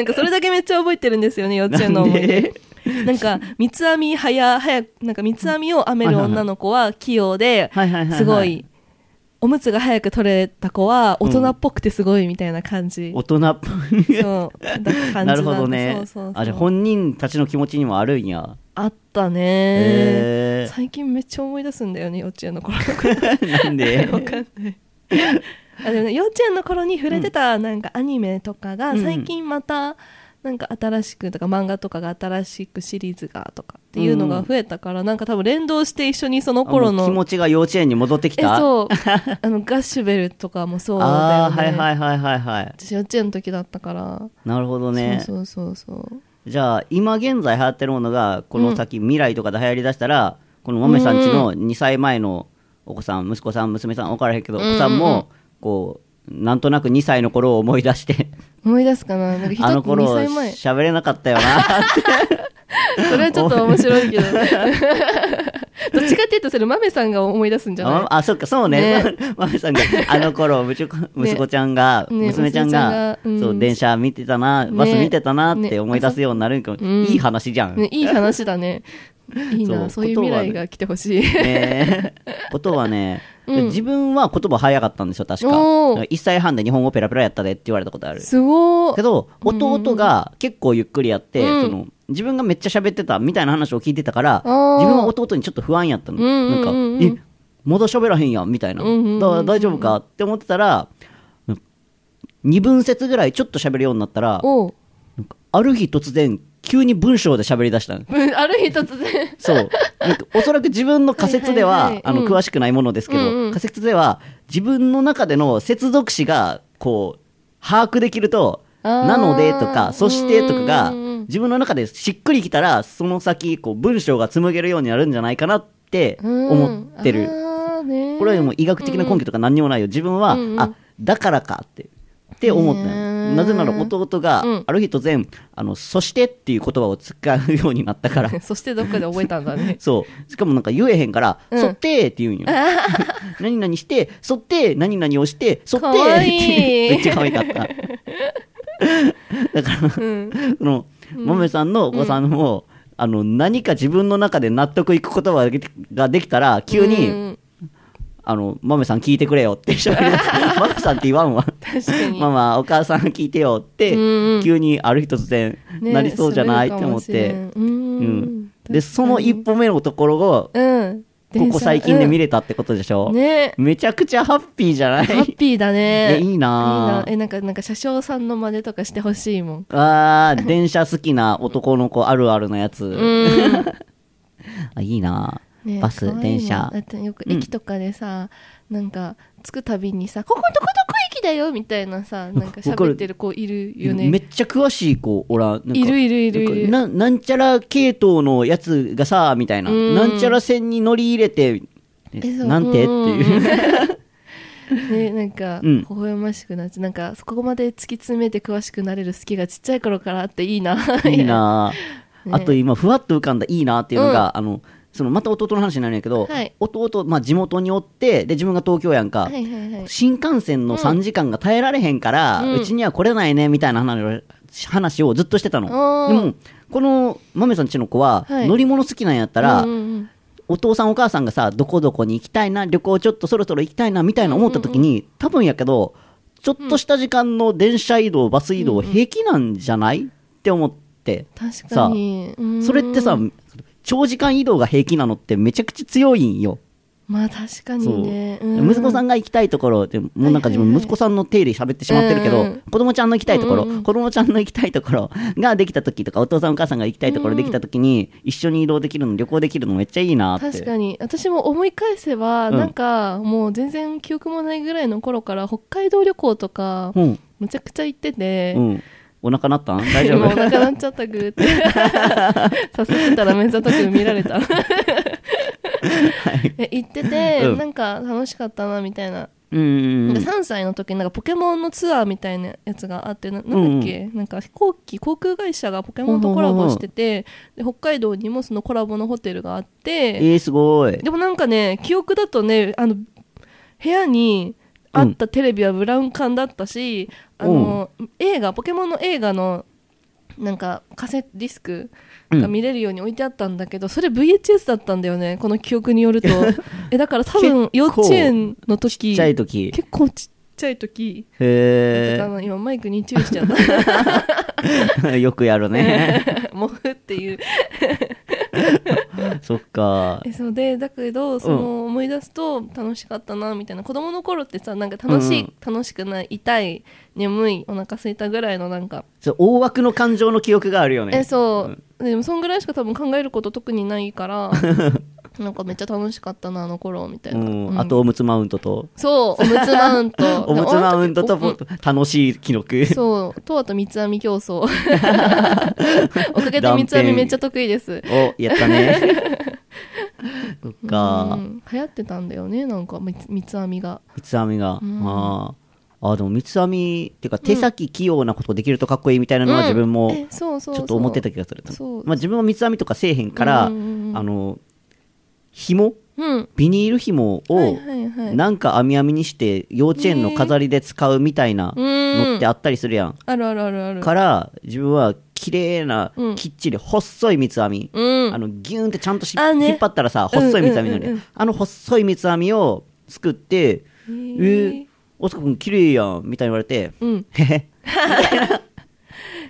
[SPEAKER 4] かそれだけめっちゃ覚えてるんですよね幼稚園の思い
[SPEAKER 3] なん
[SPEAKER 4] 出なんか三つ編み早早くなんか三つ編みを編める女の子は器用で
[SPEAKER 3] はいはいはいはい
[SPEAKER 4] すごいおむつが早く取れた子は大人っぽくてすごいみたいな感じ、
[SPEAKER 3] 大人っぽい。
[SPEAKER 4] そう。だ感じなんだ
[SPEAKER 3] なるほどね。
[SPEAKER 4] そうそうそう
[SPEAKER 3] あ、じゃあ本人たちの気持ちにもあるんや。
[SPEAKER 4] あったね、
[SPEAKER 3] へー
[SPEAKER 4] 最近めっちゃ思い出すんだよね、幼稚園の頃。
[SPEAKER 3] なんで
[SPEAKER 4] わかんない。あでもね、幼稚園の頃に触れてたなんかアニメとかが、
[SPEAKER 3] うん
[SPEAKER 4] 最近またなんか新しくとか漫画とかが新しくシリーズがとかっていうのが増えたから、なんか多分連動して一緒にその頃
[SPEAKER 3] あもう気
[SPEAKER 4] の
[SPEAKER 3] 持ちが幼稚園に戻ってき
[SPEAKER 4] え
[SPEAKER 3] たう
[SPEAKER 4] そう あのガッシュベルとかもそうだよね
[SPEAKER 3] ああ、はいはいはいはいはい。
[SPEAKER 4] 私幼稚園の時だったから、
[SPEAKER 3] なるほどね。
[SPEAKER 4] そうそうそうそう
[SPEAKER 3] じゃあ今現在流行ってるものがこの先未来とかで流行りだしたら、この豆さんちの2歳前のお子さん息子さん娘さん分からへんけど、お子さんもこうなんとなく2歳の頃を思い出して
[SPEAKER 4] 思い出すかななんか一
[SPEAKER 3] あの頃
[SPEAKER 4] 2歳前
[SPEAKER 3] 喋れなかったよな って
[SPEAKER 4] それはちょっと面白いけど どっちかっていうとそれマメさんが思い出すんじゃない
[SPEAKER 3] ああそっかそうね 豆さんがあの頃息子息子ちゃんが、
[SPEAKER 4] ね
[SPEAKER 3] 娘ちゃんが
[SPEAKER 4] 娘ちゃんがうん
[SPEAKER 3] そう電車見てたな、バス見てたなって思い出すようになるんかも、
[SPEAKER 4] ねねあそ
[SPEAKER 3] いい話じゃん、
[SPEAKER 4] ね、いい話だ ねいいな
[SPEAKER 3] そ
[SPEAKER 4] そうういう
[SPEAKER 3] 言
[SPEAKER 4] 未
[SPEAKER 3] 葉ね
[SPEAKER 4] 来が来てほしい
[SPEAKER 3] ねえことはね、
[SPEAKER 4] うん
[SPEAKER 3] 自分は言葉早かったんですよ、確か。
[SPEAKER 4] おー
[SPEAKER 3] 1歳半で日本語ペラペラやったでって言われたことある。
[SPEAKER 4] すご
[SPEAKER 3] け
[SPEAKER 4] ー
[SPEAKER 3] ど、弟が結構ゆっくりやって、
[SPEAKER 4] うん
[SPEAKER 3] その自分がめっちゃ喋ってたみたいな話を聞いてたから、
[SPEAKER 4] あー
[SPEAKER 3] 自分は弟にちょっと不安やったの。
[SPEAKER 4] うんうんうんうん
[SPEAKER 3] なんか、え、まだ喋らへんやんみたいな。
[SPEAKER 4] うんうんうんうん
[SPEAKER 3] だから大丈夫かって思ってたら、2分節ぐらいちょっと喋るようになったら、
[SPEAKER 4] おう
[SPEAKER 3] ある日突然、急に文章で喋り出したの。
[SPEAKER 4] うんある日突然
[SPEAKER 3] そう。なんかおそらく自分の仮説では、
[SPEAKER 4] はいはいはい
[SPEAKER 3] あの、
[SPEAKER 4] うん
[SPEAKER 3] 詳しくないものですけど、
[SPEAKER 4] うんうん
[SPEAKER 3] 仮説では、自分の中での接続詞が、こう、把握できると、
[SPEAKER 4] あー
[SPEAKER 3] なのでとか、そしてとかが
[SPEAKER 4] うんうんうん、
[SPEAKER 3] 自分の中でしっくりきたら、その先、こう、文章が紡げるようになるんじゃないかなって
[SPEAKER 4] う ん
[SPEAKER 3] 思ってる。
[SPEAKER 4] あーねー
[SPEAKER 3] これはもう医学的な根拠とか何にもないよ。自分は、
[SPEAKER 4] うんうん
[SPEAKER 3] あ、だからかって。って思ったの
[SPEAKER 4] ね
[SPEAKER 3] なぜなら弟が、
[SPEAKER 4] うん
[SPEAKER 3] ある日突然、あの、そしてっていう言葉を使うようになったから。
[SPEAKER 4] そしてどっかで覚えたんだね
[SPEAKER 3] そう。しかもなんか言えへんから、
[SPEAKER 4] うん
[SPEAKER 3] そってーって言う んよ。何々して、そってー、何々をして、そってーっ
[SPEAKER 4] かわい
[SPEAKER 3] て
[SPEAKER 4] い
[SPEAKER 3] めっちゃ可愛かった。だから、その、もめさんのお子さんも、あの、何か自分の中で納得いく言葉ができたら、急に、
[SPEAKER 4] うん
[SPEAKER 3] あの、まめさん聞いてくれよって喋 ります。まめさんって言わんわ。
[SPEAKER 4] 確かに
[SPEAKER 3] ママ、お母さん聞いてよって、
[SPEAKER 4] うんうん
[SPEAKER 3] 急にある日突然、
[SPEAKER 4] ね
[SPEAKER 3] なりそうじゃないって
[SPEAKER 4] それ
[SPEAKER 3] 思
[SPEAKER 4] か
[SPEAKER 3] っ
[SPEAKER 4] もしれ
[SPEAKER 3] て。
[SPEAKER 4] んうん
[SPEAKER 3] うん、でその一
[SPEAKER 4] 確
[SPEAKER 3] 歩目のところを
[SPEAKER 4] かにうん
[SPEAKER 3] ここ最近で見
[SPEAKER 4] る、
[SPEAKER 3] れたってことでしょ、
[SPEAKER 4] う んね
[SPEAKER 3] めちゃくちゃハッピーじゃない
[SPEAKER 4] ハッピーだね
[SPEAKER 3] ねいいなあ
[SPEAKER 4] いいなえなんかなんか車掌さんの真似とかしてほしいもん
[SPEAKER 3] あー電車好きな男の子あるあるのやつ、
[SPEAKER 4] うん
[SPEAKER 3] あいいな
[SPEAKER 4] ねえ
[SPEAKER 3] バス
[SPEAKER 4] 可愛いもん
[SPEAKER 3] 電車
[SPEAKER 4] だってよく駅とかでさ、なんか着くたびにさ「ここどこどこ駅だよ」みたいなさなんか喋ってる子いるよね
[SPEAKER 3] めっちゃ詳しい子おらんなんか
[SPEAKER 4] いるいるいるいる
[SPEAKER 3] なんかななんちゃら系統のやつがさみたいな、
[SPEAKER 4] うん
[SPEAKER 3] なんちゃら線に乗り入れて
[SPEAKER 4] えそう
[SPEAKER 3] なんて、
[SPEAKER 4] うん
[SPEAKER 3] っ ていう
[SPEAKER 4] ねなんか
[SPEAKER 3] うん
[SPEAKER 4] 微笑ましくなって、なんかそこまで突き詰めて詳しくなれる好きがちっちゃい頃からあっていいな
[SPEAKER 3] いいなあ、
[SPEAKER 4] ね
[SPEAKER 3] あと今ふわっと浮かんだいいなっていうのが、あのそのまた弟の話になるんやけど、
[SPEAKER 4] はい
[SPEAKER 3] 弟、まあ、地元におってで自分が東京やんか、
[SPEAKER 4] はいはいはい
[SPEAKER 3] 新幹線の3時間が耐えられへんから、
[SPEAKER 4] う
[SPEAKER 3] うんちには来れないねみたいな話を話をずっとしてたの。
[SPEAKER 4] お
[SPEAKER 3] で
[SPEAKER 4] ー
[SPEAKER 3] も、この豆さんちの子は、
[SPEAKER 4] はい
[SPEAKER 3] 乗り物好きなんやったら、
[SPEAKER 4] うんうんうん
[SPEAKER 3] お父さんお母さんがさ、どこどこに行きたいな、旅行ちょっとそろそろ行きたいなみたいな思った時に、多分やけど、ちょっとした時間の電車移動、バス移動、平気なんじゃないって思って。
[SPEAKER 4] 確かにうん
[SPEAKER 3] それってさ、長時間移動が平気なのってめちゃくちゃ強いんよ。
[SPEAKER 4] まあ確
[SPEAKER 3] そ
[SPEAKER 4] か
[SPEAKER 3] う
[SPEAKER 4] にね
[SPEAKER 3] 息子さん
[SPEAKER 4] が
[SPEAKER 3] が行きたいところでもうなんか自
[SPEAKER 4] はい
[SPEAKER 3] 分
[SPEAKER 4] はいはい
[SPEAKER 3] 息子さんの手入れ喋ってしまってるけど、
[SPEAKER 4] うん
[SPEAKER 3] 子供ちゃんの行きたいところ、
[SPEAKER 4] うんうん
[SPEAKER 3] 子供ちゃんの行きたいところができた時とかお父さんお母さんが行きたいところできた時に、一緒に移動できるの旅行できるのめっちゃいいなって
[SPEAKER 4] 確かに私も思い返せば、
[SPEAKER 3] うん
[SPEAKER 4] なんかもう全然記憶もないぐらいの頃から北海道旅行とか、
[SPEAKER 3] うん
[SPEAKER 4] むちゃくちゃ行ってて、
[SPEAKER 3] うん、お腹な ったん大丈
[SPEAKER 4] 今お
[SPEAKER 3] 夫
[SPEAKER 4] 腹なっちゃったぐ ーってさすってたら目ざとく見られた、え行ってて、
[SPEAKER 3] うん
[SPEAKER 4] なんか楽しかったなみたいな,、
[SPEAKER 3] うんうんうん
[SPEAKER 4] なんか3歳の時になんかポケモンのツアーみたいなやつがあってななんだっけ、なんか飛行機航空会社がポケモンとコラボしててで北海道にもそのコラボのホテルがあって
[SPEAKER 3] えー、すごい
[SPEAKER 4] でもなんかね記憶だとねあの部屋にあったテレビはブラウン管だったし、あの映画ポケモンの映画のなんかカセットディスクが見れるように置いてあったんだけど、それ VHS だったんだよねこの記憶によ るとえだから多分幼稚園の時
[SPEAKER 3] ちっちゃい時
[SPEAKER 4] 結構ちっちゃい時
[SPEAKER 3] へ
[SPEAKER 4] だったかな今マイクに注意しちゃっ
[SPEAKER 3] えよくやる ね
[SPEAKER 4] たもうっていう
[SPEAKER 3] そっか
[SPEAKER 4] えそうでだけどその思い出すと楽しかったなみたいな、子供の頃ってさなんか楽しい、
[SPEAKER 3] うん
[SPEAKER 4] 楽しくない痛い眠いお腹空いたぐらいのなんか、
[SPEAKER 3] そう大枠の感情の記憶があるよね
[SPEAKER 4] えそう、でもそんぐらいしか多分考えること特にないから なんかめっちゃ楽しかったなあの頃みたいな、
[SPEAKER 3] ん
[SPEAKER 4] うん
[SPEAKER 3] あとおむつマウントと
[SPEAKER 4] そうおむつマウント
[SPEAKER 3] おむつマウントと
[SPEAKER 4] お
[SPEAKER 3] 楽しい記録
[SPEAKER 4] そうとあと三つ編み競争 おかげで三つ編みめっちゃ得意です
[SPEAKER 3] おやったねそっか
[SPEAKER 4] うん流行ってたんだよねなんか三つ三つ編みが
[SPEAKER 3] 三つ編みが、あーあーでも三つ編みっていうか手先器用なことできるとかっこいいみたいなのは
[SPEAKER 4] うん
[SPEAKER 3] 自分も
[SPEAKER 4] えそうそう
[SPEAKER 3] ち
[SPEAKER 4] そ
[SPEAKER 3] ょ
[SPEAKER 4] う
[SPEAKER 3] っと思ってた気がする、
[SPEAKER 4] そう
[SPEAKER 3] まあ、自分は三つ編みとかせえへんから、
[SPEAKER 4] うんうんうん
[SPEAKER 3] あの紐
[SPEAKER 4] うん
[SPEAKER 3] ビニール紐
[SPEAKER 4] はい
[SPEAKER 3] を
[SPEAKER 4] はいはい
[SPEAKER 3] なんか編み編みにして幼稚園の飾りで使うみたいなのってあったりするやん、
[SPEAKER 4] あるあるあるある
[SPEAKER 3] から自分は綺麗な
[SPEAKER 4] うん
[SPEAKER 3] きっちり細い三つ編み、
[SPEAKER 4] うん
[SPEAKER 3] あのギューンってちゃんとし、
[SPEAKER 4] あね
[SPEAKER 3] 引っ張ったらさ細い三つ編みなのに、
[SPEAKER 4] うんうんうんうん
[SPEAKER 3] あの細い三つ編みを作って「えー、おつかくん綺麗やん」みたいに言われて
[SPEAKER 4] うん
[SPEAKER 3] 「へへ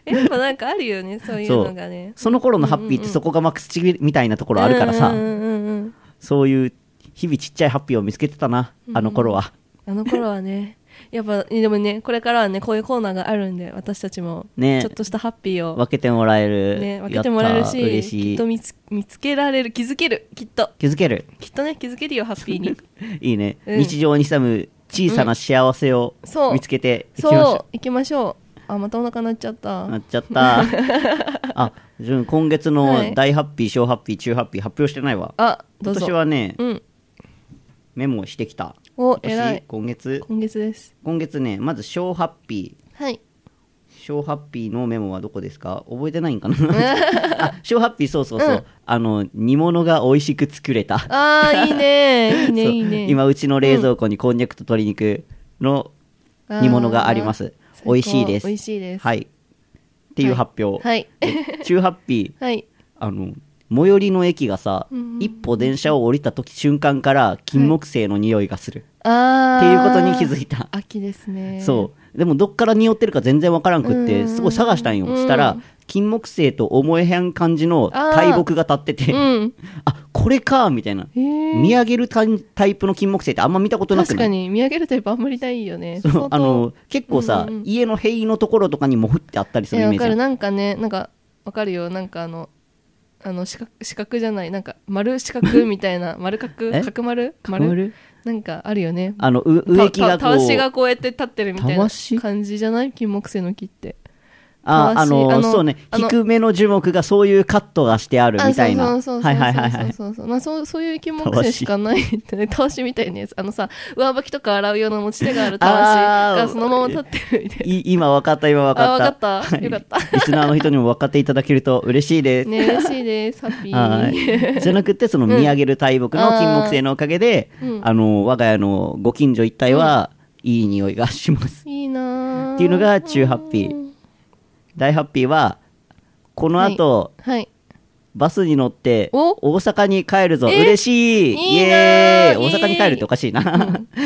[SPEAKER 4] やっぱなんかあるよねそういうのがね
[SPEAKER 3] その頃のハッピーってそこがマックスチみたいなところあるからさ、
[SPEAKER 4] うんうんうんうん
[SPEAKER 3] そういう日々ちっちゃいハッピーを見つけてたなあの頃は、
[SPEAKER 4] あの頃はねやっぱでもねこれからはねこういうコーナーがあるんで私たちも
[SPEAKER 3] ね
[SPEAKER 4] ちょっとしたハッピーを
[SPEAKER 3] 分けてもらえる、
[SPEAKER 4] ね分けてもらえるし
[SPEAKER 3] やった嬉し
[SPEAKER 4] きっ
[SPEAKER 3] い
[SPEAKER 4] と見つ見つけられる気づけるきっと
[SPEAKER 3] 気づける
[SPEAKER 4] きっとね気づけるよハ ッピーに
[SPEAKER 3] いいね、
[SPEAKER 4] うん
[SPEAKER 3] 日常に潜む小さな幸せを
[SPEAKER 4] んそう
[SPEAKER 3] 見つけていきましょう、
[SPEAKER 4] そう行きましょうあまたお腹鳴っちゃった
[SPEAKER 3] なっちゃ った。あ、自分今月
[SPEAKER 4] は
[SPEAKER 3] の
[SPEAKER 4] い
[SPEAKER 3] 大ハッピー、小ハッピー、中ハッピー発表してないわ。
[SPEAKER 4] あど
[SPEAKER 3] 今
[SPEAKER 4] うぞ
[SPEAKER 3] 年はね、
[SPEAKER 4] うん
[SPEAKER 3] メモしてきた。
[SPEAKER 4] お
[SPEAKER 3] 今
[SPEAKER 4] 偉
[SPEAKER 3] 年
[SPEAKER 4] い
[SPEAKER 3] 今月、
[SPEAKER 4] 今月です
[SPEAKER 3] 今月ね、まず小ハッピー。
[SPEAKER 4] はい
[SPEAKER 3] 小ハッピーのメモはどこですか覚えてないんか なあ小ハッピーそうそうそう、
[SPEAKER 4] うん
[SPEAKER 3] あの煮物が美味しく作れた
[SPEAKER 4] あーいい ねいいね
[SPEAKER 3] そう
[SPEAKER 4] いいね
[SPEAKER 3] 今うちの冷蔵庫にこんにゃくと鶏肉の
[SPEAKER 4] あー
[SPEAKER 3] 煮物があります美
[SPEAKER 4] 最高
[SPEAKER 3] 味しいです
[SPEAKER 4] 美味しいです
[SPEAKER 3] はいっていう発表、
[SPEAKER 4] はい
[SPEAKER 3] 中ハッピー
[SPEAKER 4] はい
[SPEAKER 3] あの最寄りの駅がさ、一歩電車を降りた時瞬間から金木犀の匂いがする、
[SPEAKER 4] あ
[SPEAKER 3] っていうことに気づ
[SPEAKER 4] い
[SPEAKER 3] いた、
[SPEAKER 4] 秋ですね
[SPEAKER 3] そうでもどっから匂ってるか全然わからんくっ
[SPEAKER 4] う
[SPEAKER 3] て
[SPEAKER 4] ん
[SPEAKER 3] すごい探したんよ、
[SPEAKER 4] うん
[SPEAKER 3] したら金木犀と思えへん感じの大木が立っててあ,、
[SPEAKER 4] うん
[SPEAKER 3] これかみたいな
[SPEAKER 4] へー
[SPEAKER 3] 見上げるタイタイプの金木犀ってあんま見たことなく
[SPEAKER 4] 確
[SPEAKER 3] な
[SPEAKER 4] か
[SPEAKER 3] い
[SPEAKER 4] に見上げるタイプあんまりないよね
[SPEAKER 3] そう
[SPEAKER 4] 相当
[SPEAKER 3] あの結構さ、
[SPEAKER 4] うんうん
[SPEAKER 3] 家の塀のところとかにも降ってあったりする
[SPEAKER 4] え
[SPEAKER 3] イメー
[SPEAKER 4] わ
[SPEAKER 3] ジあ
[SPEAKER 4] か
[SPEAKER 3] る
[SPEAKER 4] るなんかねなんかわかるよなんかあのあの四角四角じゃないなんか丸四角みたい な丸角
[SPEAKER 3] え
[SPEAKER 4] 角丸
[SPEAKER 3] 角丸
[SPEAKER 4] なんかあるよね
[SPEAKER 3] あのう植木
[SPEAKER 4] た
[SPEAKER 3] が
[SPEAKER 4] た
[SPEAKER 3] こ
[SPEAKER 4] わ
[SPEAKER 3] う
[SPEAKER 4] しがこうやって立ってるみたい
[SPEAKER 3] たわ
[SPEAKER 4] な
[SPEAKER 3] し
[SPEAKER 4] 感じじゃない金木犀の木って
[SPEAKER 3] あ
[SPEAKER 4] たわし
[SPEAKER 3] あの
[SPEAKER 4] あの
[SPEAKER 3] そうね
[SPEAKER 4] あの
[SPEAKER 3] 低めの樹木がそういうカットがしてある
[SPEAKER 4] あ
[SPEAKER 3] みたいな
[SPEAKER 4] そうそうそう
[SPEAKER 3] はいはいはいは
[SPEAKER 4] そう
[SPEAKER 3] い
[SPEAKER 4] そうそうそうまあそうそういう生き物性しかないってねたわしみたいなやつあのさ上履きとか洗う用の持ち手があるたわし
[SPEAKER 3] あー
[SPEAKER 4] がそのまま立ってるみたい ない
[SPEAKER 3] 今分かった今分かった
[SPEAKER 4] あ分かったよ かった
[SPEAKER 3] はいリスナーの人にも分かっていただけると嬉しいです、
[SPEAKER 4] ね嬉しいですハッピ
[SPEAKER 3] は
[SPEAKER 4] ー
[SPEAKER 3] い、じゃなくてその見上げる大木の金木犀のおかげで、
[SPEAKER 4] うん
[SPEAKER 3] あの我が家のご近所一帯はいい匂いがします、
[SPEAKER 4] いいなー
[SPEAKER 3] っていうのが中ハッピー大ハッピーはこの後、
[SPEAKER 4] はい
[SPEAKER 3] バスに乗って大
[SPEAKER 4] お
[SPEAKER 3] 阪に帰るぞ
[SPEAKER 4] え
[SPEAKER 3] 嬉しい
[SPEAKER 4] いいな
[SPEAKER 3] イエーイ
[SPEAKER 4] イエ
[SPEAKER 3] 大
[SPEAKER 4] ーイ
[SPEAKER 3] 阪に帰るっておか しいな、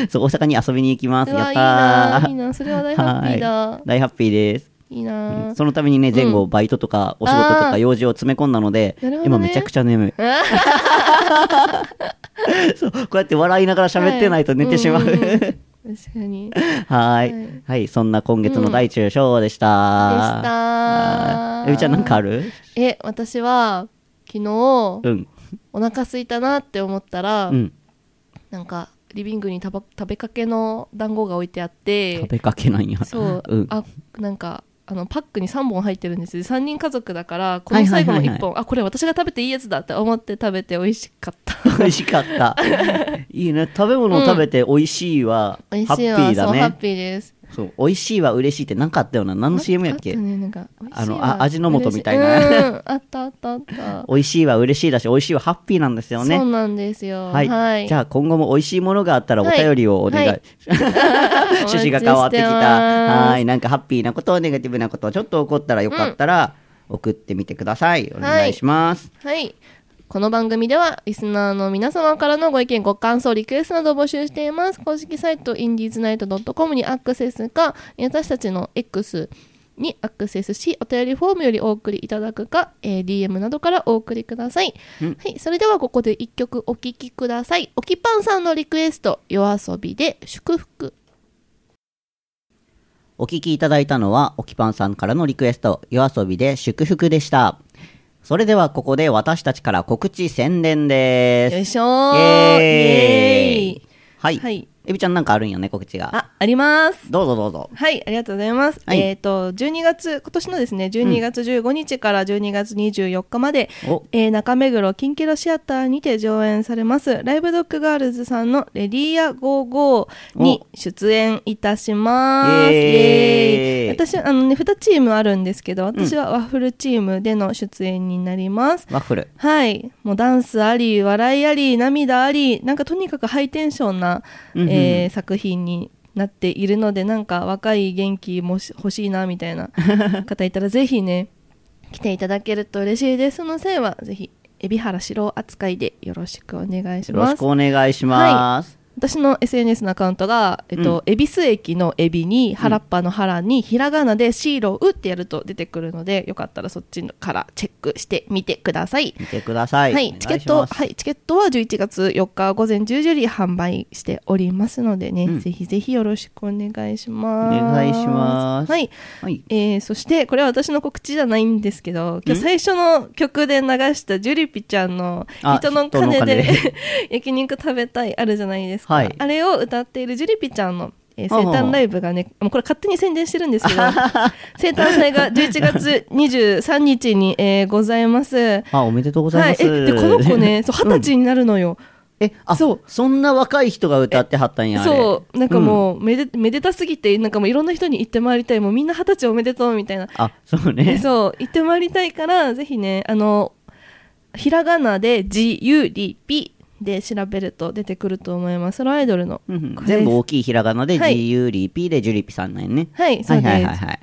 [SPEAKER 3] そう大阪に遊びに行きます
[SPEAKER 4] う
[SPEAKER 3] や
[SPEAKER 4] わ
[SPEAKER 3] っ
[SPEAKER 4] いい
[SPEAKER 3] た
[SPEAKER 4] な
[SPEAKER 3] ー
[SPEAKER 4] ーいいなそれは大ハッピー
[SPEAKER 3] は
[SPEAKER 4] だ
[SPEAKER 3] い大ハッピーです
[SPEAKER 4] いいなー
[SPEAKER 3] そのためにね前後バイトとかお仕事と
[SPEAKER 4] あ
[SPEAKER 3] か
[SPEAKER 4] ー
[SPEAKER 3] 用事を詰め込んだので、
[SPEAKER 4] なるほどね
[SPEAKER 3] 今めちゃくちゃ眠い
[SPEAKER 4] あー
[SPEAKER 3] そうこうやって笑いながら喋ってないと寝てしまう、
[SPEAKER 4] はいんんん確かにでし
[SPEAKER 3] はー
[SPEAKER 4] はいい。
[SPEAKER 3] はい、そんな今月の大中小でした。
[SPEAKER 4] た
[SPEAKER 3] は
[SPEAKER 4] ー
[SPEAKER 3] いえみちゃんなんかある
[SPEAKER 4] え私は昨日お
[SPEAKER 3] うん。
[SPEAKER 4] 腹空いたなって思ったら、
[SPEAKER 3] うん。
[SPEAKER 4] なんかリビングにたば食べかけの団子が置いてあって
[SPEAKER 3] 食べかけなんや。
[SPEAKER 4] そう、
[SPEAKER 3] うん。
[SPEAKER 4] あなんかあのパックに3本入ってるんですよ3人家族だからこ
[SPEAKER 3] は
[SPEAKER 4] の
[SPEAKER 3] いはい
[SPEAKER 4] 最後
[SPEAKER 3] はい
[SPEAKER 4] の
[SPEAKER 3] はい
[SPEAKER 4] 1本、あこれ私が食べていいやつだって思って食べて美味し かった
[SPEAKER 3] 美味しか った。いいね。食べ物を食べて美味しいは、
[SPEAKER 4] 美
[SPEAKER 3] ハ
[SPEAKER 4] 味
[SPEAKER 3] ッ
[SPEAKER 4] し
[SPEAKER 3] ピ
[SPEAKER 4] いわ
[SPEAKER 3] ーだ
[SPEAKER 4] そうハッ
[SPEAKER 3] ね。
[SPEAKER 4] ピーです
[SPEAKER 3] そう、美味しいは嬉しいってなんかあったよな。何の CM やっ
[SPEAKER 4] あ
[SPEAKER 3] け
[SPEAKER 4] とねなんか美味しいわ
[SPEAKER 3] あのあ味の素みたいな
[SPEAKER 4] 嬉し うんあったあったあった
[SPEAKER 3] 美味しいは嬉しいだし、美味しいはハッピーなんですよ
[SPEAKER 4] そ
[SPEAKER 3] ね。
[SPEAKER 4] うなんですよ
[SPEAKER 3] は。
[SPEAKER 4] はいい
[SPEAKER 3] じゃあ今後も美味しいものがあったらお便りをお願い。
[SPEAKER 4] はいはい
[SPEAKER 3] 趣旨が変わってきた。
[SPEAKER 4] お待ちしてます
[SPEAKER 3] はーい。なんかハッピーなこと、ネガティブなこと、ちょっと怒ったらよかったら、送ってみてください。お願いします。
[SPEAKER 4] はい。この番組では、リスナーの皆様からのご意見、ご感想、リクエストなどを募集しています。公式サイト、インディーズナイト .com にアクセスか、私たちの X にアクセスし、お便りフォームよりお送りいただくか、えー DM などからお送りください。はい。それでは、ここで一曲お聴きください。おきぱんさんのリクエスト、夜遊びで祝福。
[SPEAKER 3] お聞きいただいたのは、おきぱんさんからのリクエスト、夜遊びで祝福でした。それではここで私たちから告知宣伝で
[SPEAKER 4] よい
[SPEAKER 3] す。
[SPEAKER 4] しょー
[SPEAKER 3] イエーイ
[SPEAKER 4] イ
[SPEAKER 3] は
[SPEAKER 4] エーイ
[SPEAKER 3] い。
[SPEAKER 4] はい。
[SPEAKER 3] えびちゃんなんかあるんよね、告知が。
[SPEAKER 4] あ、あります。
[SPEAKER 3] どうぞどうぞ。
[SPEAKER 4] はい、ありがとうございます。
[SPEAKER 3] はい
[SPEAKER 4] えっ、と、12月、今年のですね、12月15日から12月24日まで、
[SPEAKER 3] お
[SPEAKER 4] えー中目黒キンキロシアターにて上演されます、ライブドッグガールズさんのレディーア55に出演いたします。
[SPEAKER 3] イ
[SPEAKER 4] イ
[SPEAKER 3] エーイ
[SPEAKER 4] エーイ私、あのね、2チームあるんですけど、私はワッフルチームでの出演になります。
[SPEAKER 3] ワッフル。
[SPEAKER 4] はい、もうダンスあり笑いあり涙ありなんかとにかくハイテンションな、
[SPEAKER 3] うんうん
[SPEAKER 4] えー作品になっているのでなんか若い元気もし欲しいなみたい な方いたらぜひね来ていただけると嬉しいですその際はぜひ海老原四郎扱いでよろしくお願いし
[SPEAKER 3] よろ
[SPEAKER 4] ま
[SPEAKER 3] し
[SPEAKER 4] す
[SPEAKER 3] くお願いします。
[SPEAKER 4] 私の SNS のアカウントが、えっと、恵比寿駅の恵比に、原っぱの原に、ひらがなでシーロウってやると出てくるので、よかったらそっちからチェックしてみてください。
[SPEAKER 3] 見てください。
[SPEAKER 4] は
[SPEAKER 3] お願
[SPEAKER 4] い、
[SPEAKER 3] し
[SPEAKER 4] チケット、
[SPEAKER 3] ます
[SPEAKER 4] はい、チケットは11月4日午前10時より販売しておりますのでね、
[SPEAKER 3] うん
[SPEAKER 4] ぜひぜひよろしくお願いします。
[SPEAKER 3] お願いします
[SPEAKER 4] はい、
[SPEAKER 3] はい。
[SPEAKER 4] えーそしてこれは私の告知じゃないんですけど、今日最初の曲で流したジュリピちゃんの
[SPEAKER 3] あ
[SPEAKER 4] 人の鐘
[SPEAKER 3] 人の鐘
[SPEAKER 4] で
[SPEAKER 3] で
[SPEAKER 4] 焼肉食べたいあるじゃないですか。
[SPEAKER 3] はい
[SPEAKER 4] あれを歌っているジュリピちゃんの。えー
[SPEAKER 3] ほう
[SPEAKER 4] 生
[SPEAKER 3] ほう
[SPEAKER 4] 誕ライブがね、もうこれ勝手に宣伝してるんです けど、生誕祭が11月23日に、えーございます。
[SPEAKER 3] あ、おめでとうございます。
[SPEAKER 4] はい、えでこの子 ねそう二十歳になるのよ、
[SPEAKER 3] え、あ、
[SPEAKER 4] そ
[SPEAKER 3] そう
[SPEAKER 4] う。
[SPEAKER 3] そんな若い人が歌ってはったんや、あれ。
[SPEAKER 4] そうなんかもう、めでめでたすぎてなんかもういろんな人に言ってまいりたいもうみんな二十歳おめでとうみたいな
[SPEAKER 3] あ、そうね。
[SPEAKER 4] そう言ってまいりたいからぜひねあのひらがなで「自由りぴ」で調べると出てくると思いますソロアイドルの
[SPEAKER 3] うんうん
[SPEAKER 4] これです
[SPEAKER 3] 全部大きいひらがなで、
[SPEAKER 4] はい
[SPEAKER 3] 自由リピーでジュリピさんなんやね。
[SPEAKER 4] はいそうです、
[SPEAKER 3] はいはいはい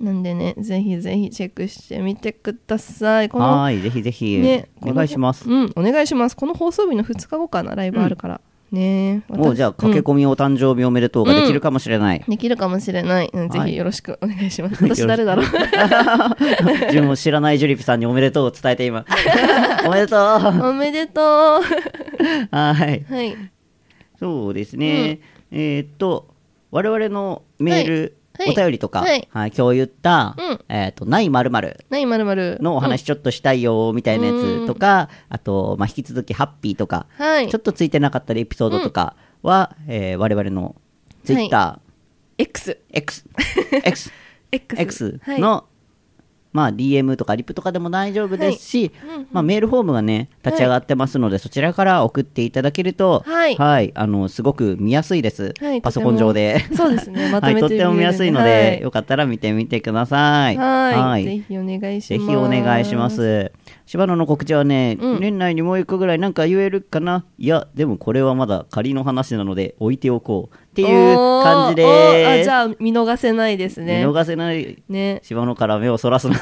[SPEAKER 4] なんでねぜひぜひチェックしてみてくださいこの
[SPEAKER 3] はい。はい、ぜひぜひ、
[SPEAKER 4] ね
[SPEAKER 3] お願いします。
[SPEAKER 4] うんお願いしますこの放送日の2日後かなライブあるから、ね
[SPEAKER 3] もうじゃあ、駆け
[SPEAKER 4] み
[SPEAKER 3] 込みお誕生日おめでとうができるかもしれない。
[SPEAKER 4] できるかもしれない、うん
[SPEAKER 3] はい
[SPEAKER 4] ぜひよろしくお願いし ます。
[SPEAKER 3] よろしく
[SPEAKER 4] 私誰だろう
[SPEAKER 3] 自分も知らないジュリピさんにおめでとうを伝えて 今。おめでとうは。
[SPEAKER 4] おめでとうはいい。
[SPEAKER 3] そうですね。えーっと、我々のメール、
[SPEAKER 4] はいはい
[SPEAKER 3] お便りとか、は
[SPEAKER 4] はい
[SPEAKER 3] い、今日言った、
[SPEAKER 4] うん
[SPEAKER 3] えーっと、ないまるまる
[SPEAKER 4] 何まるまる
[SPEAKER 3] のお話ちょっとしたいよみたいなやつとか、あと、まあ、引き続きハッピーとか、
[SPEAKER 4] はい
[SPEAKER 3] ちょっとついてなかったりエピソードとかは、えー我々の TwitterXXX、
[SPEAKER 4] X。
[SPEAKER 3] X
[SPEAKER 4] X。
[SPEAKER 3] X
[SPEAKER 4] はい
[SPEAKER 3] のまあ、DM とかリプとかでも大丈夫ですし、まあ、メールフォームがね立ち上がってますので、そちらから送っていただけると、
[SPEAKER 4] はい
[SPEAKER 3] あのすごく見やすいです、
[SPEAKER 4] はい
[SPEAKER 3] パソコン上で
[SPEAKER 4] とてもそうですねまと
[SPEAKER 3] は
[SPEAKER 4] め
[SPEAKER 3] い、
[SPEAKER 4] て
[SPEAKER 3] とっても見やすいので、
[SPEAKER 4] はい
[SPEAKER 3] よかったら見てみてください。
[SPEAKER 4] はいぜひお願いし
[SPEAKER 3] ぜ
[SPEAKER 4] ます
[SPEAKER 3] ひお願いします。柴野の告知はね、
[SPEAKER 4] うん
[SPEAKER 3] 年内にもう一個ぐらいなんか言えるかないや、でもこれはまだ仮の話なので置いておこう。っていう感じ
[SPEAKER 4] おーおー
[SPEAKER 3] で
[SPEAKER 4] あ
[SPEAKER 3] す
[SPEAKER 4] じ。ゃあ見逃せないです
[SPEAKER 3] 見
[SPEAKER 4] ね
[SPEAKER 3] 逃せない
[SPEAKER 4] ね
[SPEAKER 3] 柴野から目をそらすな。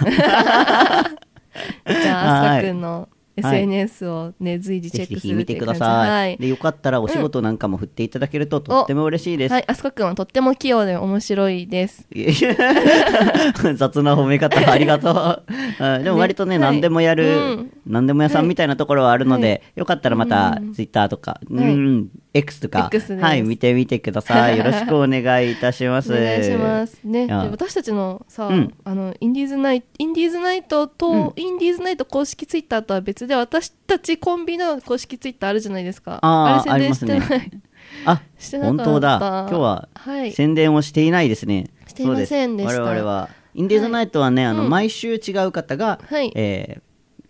[SPEAKER 3] はい
[SPEAKER 4] じゃああすかくんの
[SPEAKER 3] はい
[SPEAKER 4] SNS をね随時チ
[SPEAKER 3] ぜ
[SPEAKER 4] ェ
[SPEAKER 3] ひぜ
[SPEAKER 4] ックす
[SPEAKER 3] ひ
[SPEAKER 4] るっ
[SPEAKER 3] 見
[SPEAKER 4] て
[SPEAKER 3] て
[SPEAKER 4] いう
[SPEAKER 3] く
[SPEAKER 4] 感
[SPEAKER 3] だ
[SPEAKER 4] じ
[SPEAKER 3] さ。
[SPEAKER 4] はいい
[SPEAKER 3] で、よかったらお仕事なんかも振っていただけるととっても嬉しいです
[SPEAKER 4] は。いあすかくんはとっても器用で面白いです
[SPEAKER 3] いや 雑な褒め方ありがとううん。でも割とね、
[SPEAKER 4] ねはい
[SPEAKER 3] 何でもやる、
[SPEAKER 4] うん
[SPEAKER 3] 何でも屋さんみたいなところはあるので、よかったらまた Twitter とか、うん X とか、
[SPEAKER 4] X です
[SPEAKER 3] はい、見てみてくだ さい。よろしくお願いいたしま
[SPEAKER 4] お
[SPEAKER 3] す。
[SPEAKER 4] 願いしますねで
[SPEAKER 3] や
[SPEAKER 4] 私たちのさ、
[SPEAKER 3] うん
[SPEAKER 4] あのインディーズナイトインディーズナイトと、インディーズナイト公式ツイッターとは別で私たちコンビの公式ツイッターあるじゃないですか
[SPEAKER 3] あー
[SPEAKER 4] れ宣伝してな
[SPEAKER 3] あ
[SPEAKER 4] い
[SPEAKER 3] りますあ
[SPEAKER 4] して、なか
[SPEAKER 3] 本
[SPEAKER 4] った
[SPEAKER 3] 当だ。今日は
[SPEAKER 4] はい
[SPEAKER 3] 宣伝をしていないですね。
[SPEAKER 4] していませんでした
[SPEAKER 3] そうす我々は、インディーズナイトはね、あの、毎週違う方が、
[SPEAKER 4] はい
[SPEAKER 3] えー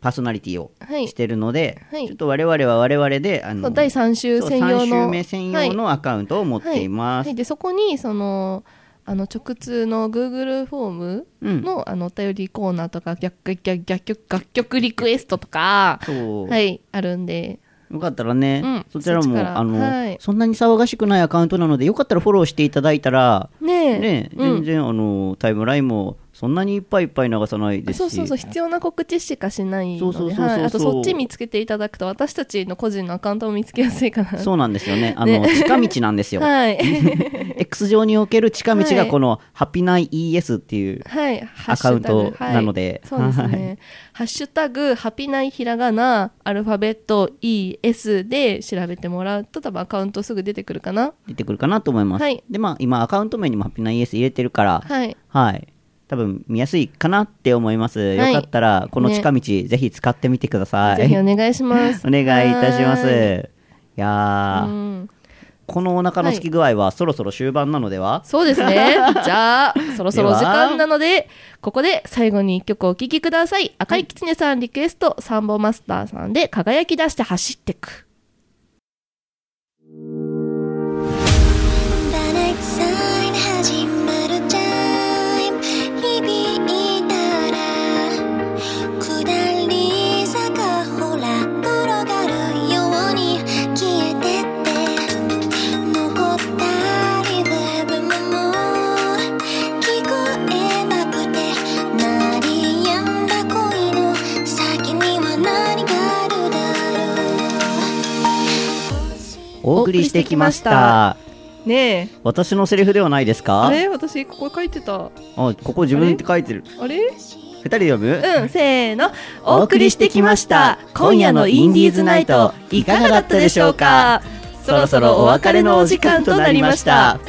[SPEAKER 3] パーソナリティを
[SPEAKER 4] はい
[SPEAKER 3] してるので、
[SPEAKER 4] はい
[SPEAKER 3] ちょっと我々は我々で、あ
[SPEAKER 4] そ
[SPEAKER 3] の
[SPEAKER 4] う第3週
[SPEAKER 3] そう
[SPEAKER 4] 専用
[SPEAKER 3] 3
[SPEAKER 4] の
[SPEAKER 3] 週目専用
[SPEAKER 4] は
[SPEAKER 3] のアカウントを持っ
[SPEAKER 4] い
[SPEAKER 3] ています。
[SPEAKER 4] はいでそこにそのあの直通の Google フォームの,、あのお便りコーナーとか逆逆逆曲楽曲リクエストとか
[SPEAKER 3] そう
[SPEAKER 4] はいあるんで
[SPEAKER 3] よかったらね、
[SPEAKER 4] うん
[SPEAKER 3] そちら
[SPEAKER 4] そっ
[SPEAKER 3] も
[SPEAKER 4] ちから
[SPEAKER 3] あの、
[SPEAKER 4] はい
[SPEAKER 3] そんなに騒がしくないアカウントなのでよかったらフォローしていただいたら、
[SPEAKER 4] ねえ
[SPEAKER 3] ね、
[SPEAKER 4] うん
[SPEAKER 3] 全然あのタイムラインもそんなにいっぱいいっぱい流さないですし
[SPEAKER 4] そうそうそう必要な告知しかしない
[SPEAKER 3] そ
[SPEAKER 4] の
[SPEAKER 3] うそう
[SPEAKER 4] で
[SPEAKER 3] そうそうそう
[SPEAKER 4] はいあとそっち見つけていただくと私たちの個人のアカウントも見つけやすい か な
[SPEAKER 3] そうなんですよねあの
[SPEAKER 4] ね
[SPEAKER 3] 近道なんですよ、
[SPEAKER 4] はい
[SPEAKER 3] X 上における近道
[SPEAKER 4] は
[SPEAKER 3] が
[SPEAKER 4] い
[SPEAKER 3] この「ハピナイ ES」っていう
[SPEAKER 4] はいハッ
[SPEAKER 3] ア
[SPEAKER 4] シ
[SPEAKER 3] カ
[SPEAKER 4] ュタ
[SPEAKER 3] ウン
[SPEAKER 4] グ
[SPEAKER 3] ト
[SPEAKER 4] はい
[SPEAKER 3] なので
[SPEAKER 4] そうですね、
[SPEAKER 3] は
[SPEAKER 4] ハッシュタグハピナイひらがなアルファベット ES で調べてもらうと多分アカウントすぐ出てくるかな
[SPEAKER 3] 出てくるかなと思います、
[SPEAKER 4] はい
[SPEAKER 3] でまあ今アカウント名にも「ハピナイ ES」入れてるから、
[SPEAKER 4] はい
[SPEAKER 3] はい。多分見やすいかなって思います。
[SPEAKER 4] はい
[SPEAKER 3] よかったら、この近道、ぜひ使ってみてください。
[SPEAKER 4] ぜひお
[SPEAKER 3] お
[SPEAKER 4] 願いします
[SPEAKER 3] 願いいたします。
[SPEAKER 4] はい
[SPEAKER 3] や
[SPEAKER 4] う
[SPEAKER 3] ー、
[SPEAKER 4] ん
[SPEAKER 3] このお腹の空き具合はそろそろ終盤なのでは、
[SPEAKER 4] そうです ねじゃあそろそろ時間なのでここで最後に1曲お聴きください赤いきつねさんリクエストサンボマスターさんで「輝き出して走ってく」
[SPEAKER 5] バラエティサイン始まるタイム響いたら下り坂ほら転がるように消えてって残ったリズムも聞こえなくて鳴りやんだ恋の先には何があるだろう
[SPEAKER 3] お送りしてきました。
[SPEAKER 4] ねえ
[SPEAKER 3] 私のセリフではないですか
[SPEAKER 4] あれ私ここ書いてた
[SPEAKER 3] あここ自分って書いてる。
[SPEAKER 4] あれ
[SPEAKER 3] 二人で読む、
[SPEAKER 4] うん、せーの。
[SPEAKER 3] お送りしてきました今夜のインディーズナイトいかがだったでしょうかそろそろお別れのお時間となりました。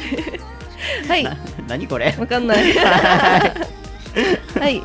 [SPEAKER 4] はい、
[SPEAKER 3] 何これ
[SPEAKER 4] わかん ない。はい、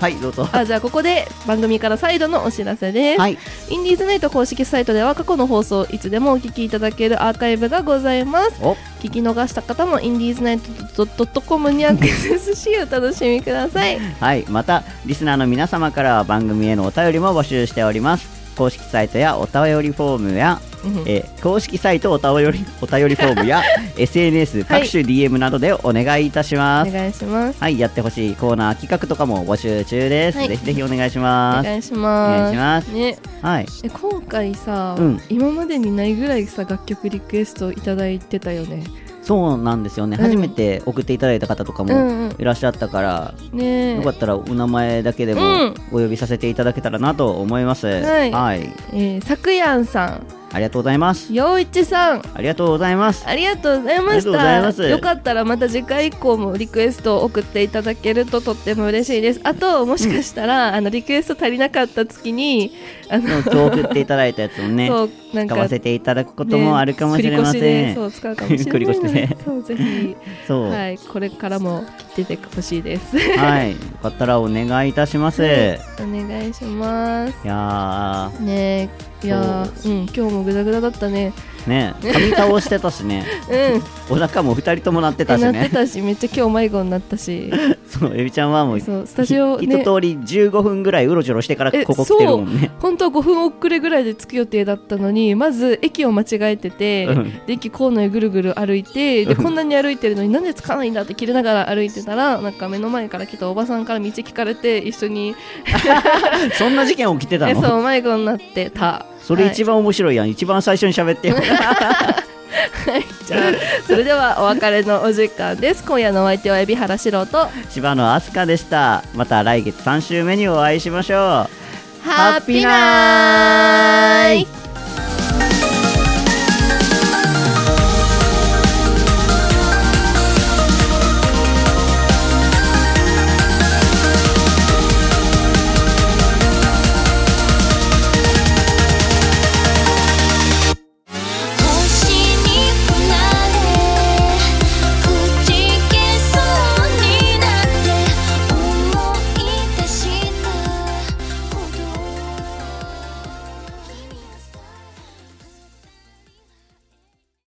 [SPEAKER 3] はい、どう ぞ。
[SPEAKER 4] あ、じゃあここで番組から再度のお知らせです。
[SPEAKER 3] はい、
[SPEAKER 4] インディーズナイト公式サイトでは過去の放送をいつでもお聞きいただけるアーカイブがございます。
[SPEAKER 3] お
[SPEAKER 4] 聞き逃した方もインディーズナイト .com にアクセスしお楽しみくだ さい。
[SPEAKER 3] はい、またリスナーの皆様からは番組へのお便りも募集しております公式サイトやお便りフォームや、えー公式サイトお便り お便りフォーム や SNS 各種 DM などでお願いいたしま
[SPEAKER 4] お
[SPEAKER 3] すはい、
[SPEAKER 4] 願いします。
[SPEAKER 3] やってほしいコーナー企画とかも募集中です、
[SPEAKER 4] はい
[SPEAKER 3] ぜひぜひお願いし
[SPEAKER 4] お
[SPEAKER 3] ます
[SPEAKER 4] 願いし
[SPEAKER 3] お願いし
[SPEAKER 4] ま
[SPEAKER 3] ます
[SPEAKER 4] す。ね、
[SPEAKER 3] すはい
[SPEAKER 4] え今回さ、
[SPEAKER 3] うん
[SPEAKER 4] 今までにないぐらいさ楽曲リクエストいただいてたよね。
[SPEAKER 3] そうなんですよね、
[SPEAKER 4] うん
[SPEAKER 3] 初めて送っていただいた方とか
[SPEAKER 4] うん
[SPEAKER 3] も
[SPEAKER 4] うん
[SPEAKER 3] いらっしゃったから、
[SPEAKER 4] ねえ
[SPEAKER 3] よかったらお名前だけでも
[SPEAKER 4] うん
[SPEAKER 3] お呼びさせていただけたらなと思います、
[SPEAKER 4] はい
[SPEAKER 3] はい、
[SPEAKER 4] えー、さくやんさ
[SPEAKER 3] ありがとうございます
[SPEAKER 4] ん、よういちさん、
[SPEAKER 3] ありがとうござい ます。
[SPEAKER 4] ありがとうございま
[SPEAKER 3] ありがとうございま
[SPEAKER 4] し
[SPEAKER 3] す
[SPEAKER 4] た。よかったらまた次回以降もリクエストを送っていただけるととっても嬉しいです。あと、もしかしたら、あのリクエスト足りなかった月に、あの、
[SPEAKER 3] 今日送っていただいたやつをね、
[SPEAKER 4] そう、なん
[SPEAKER 3] 使
[SPEAKER 4] か、
[SPEAKER 3] わせていただくこともあるかもしれません。
[SPEAKER 4] ね繰り越しでそう、使うかもしれない
[SPEAKER 3] 繰
[SPEAKER 4] の
[SPEAKER 3] り越し
[SPEAKER 4] で
[SPEAKER 3] で、
[SPEAKER 4] そう、ぜひ、
[SPEAKER 3] そう。は。
[SPEAKER 4] はいい、これからも出てほしい です。
[SPEAKER 3] よかったらお願いいたします。い
[SPEAKER 4] お願いします。
[SPEAKER 3] や
[SPEAKER 4] ねえいやーうん今日もグダグダだったね
[SPEAKER 3] ねえ髪倒してたしね
[SPEAKER 4] うん
[SPEAKER 3] お腹も2人とも鳴ってたし
[SPEAKER 4] なっ
[SPEAKER 3] ね
[SPEAKER 4] てたしめっちゃ今日迷子になっ たし
[SPEAKER 3] そうエビちゃんはもう
[SPEAKER 4] そうスタジオ
[SPEAKER 3] ひ
[SPEAKER 4] ね
[SPEAKER 3] 一通り15分ぐらいうろちょろしてから
[SPEAKER 4] え
[SPEAKER 3] ここ来てるもんね
[SPEAKER 4] そう本当は5分遅れぐらいで着く予定だったのにまず駅を間違えてて、
[SPEAKER 3] うん
[SPEAKER 4] で駅構内ぐるぐる歩いてでこんなに歩いてるのになんで着かないんだって切れながら歩いてたらなんか目の前から来たおばさんから道聞かれて一緒に
[SPEAKER 3] そんな事件起きてた
[SPEAKER 4] え
[SPEAKER 3] の
[SPEAKER 4] そう迷子になってた
[SPEAKER 3] それ
[SPEAKER 4] はい
[SPEAKER 3] 一番面白いやん、一番最初に喋ってよ
[SPEAKER 4] じゃあそれではお別れのお時間です今夜のお相手は海老原四郎と
[SPEAKER 3] 柴野飛鳥でしたまた来月3週目にお会いしましょう
[SPEAKER 4] ハッピーナイト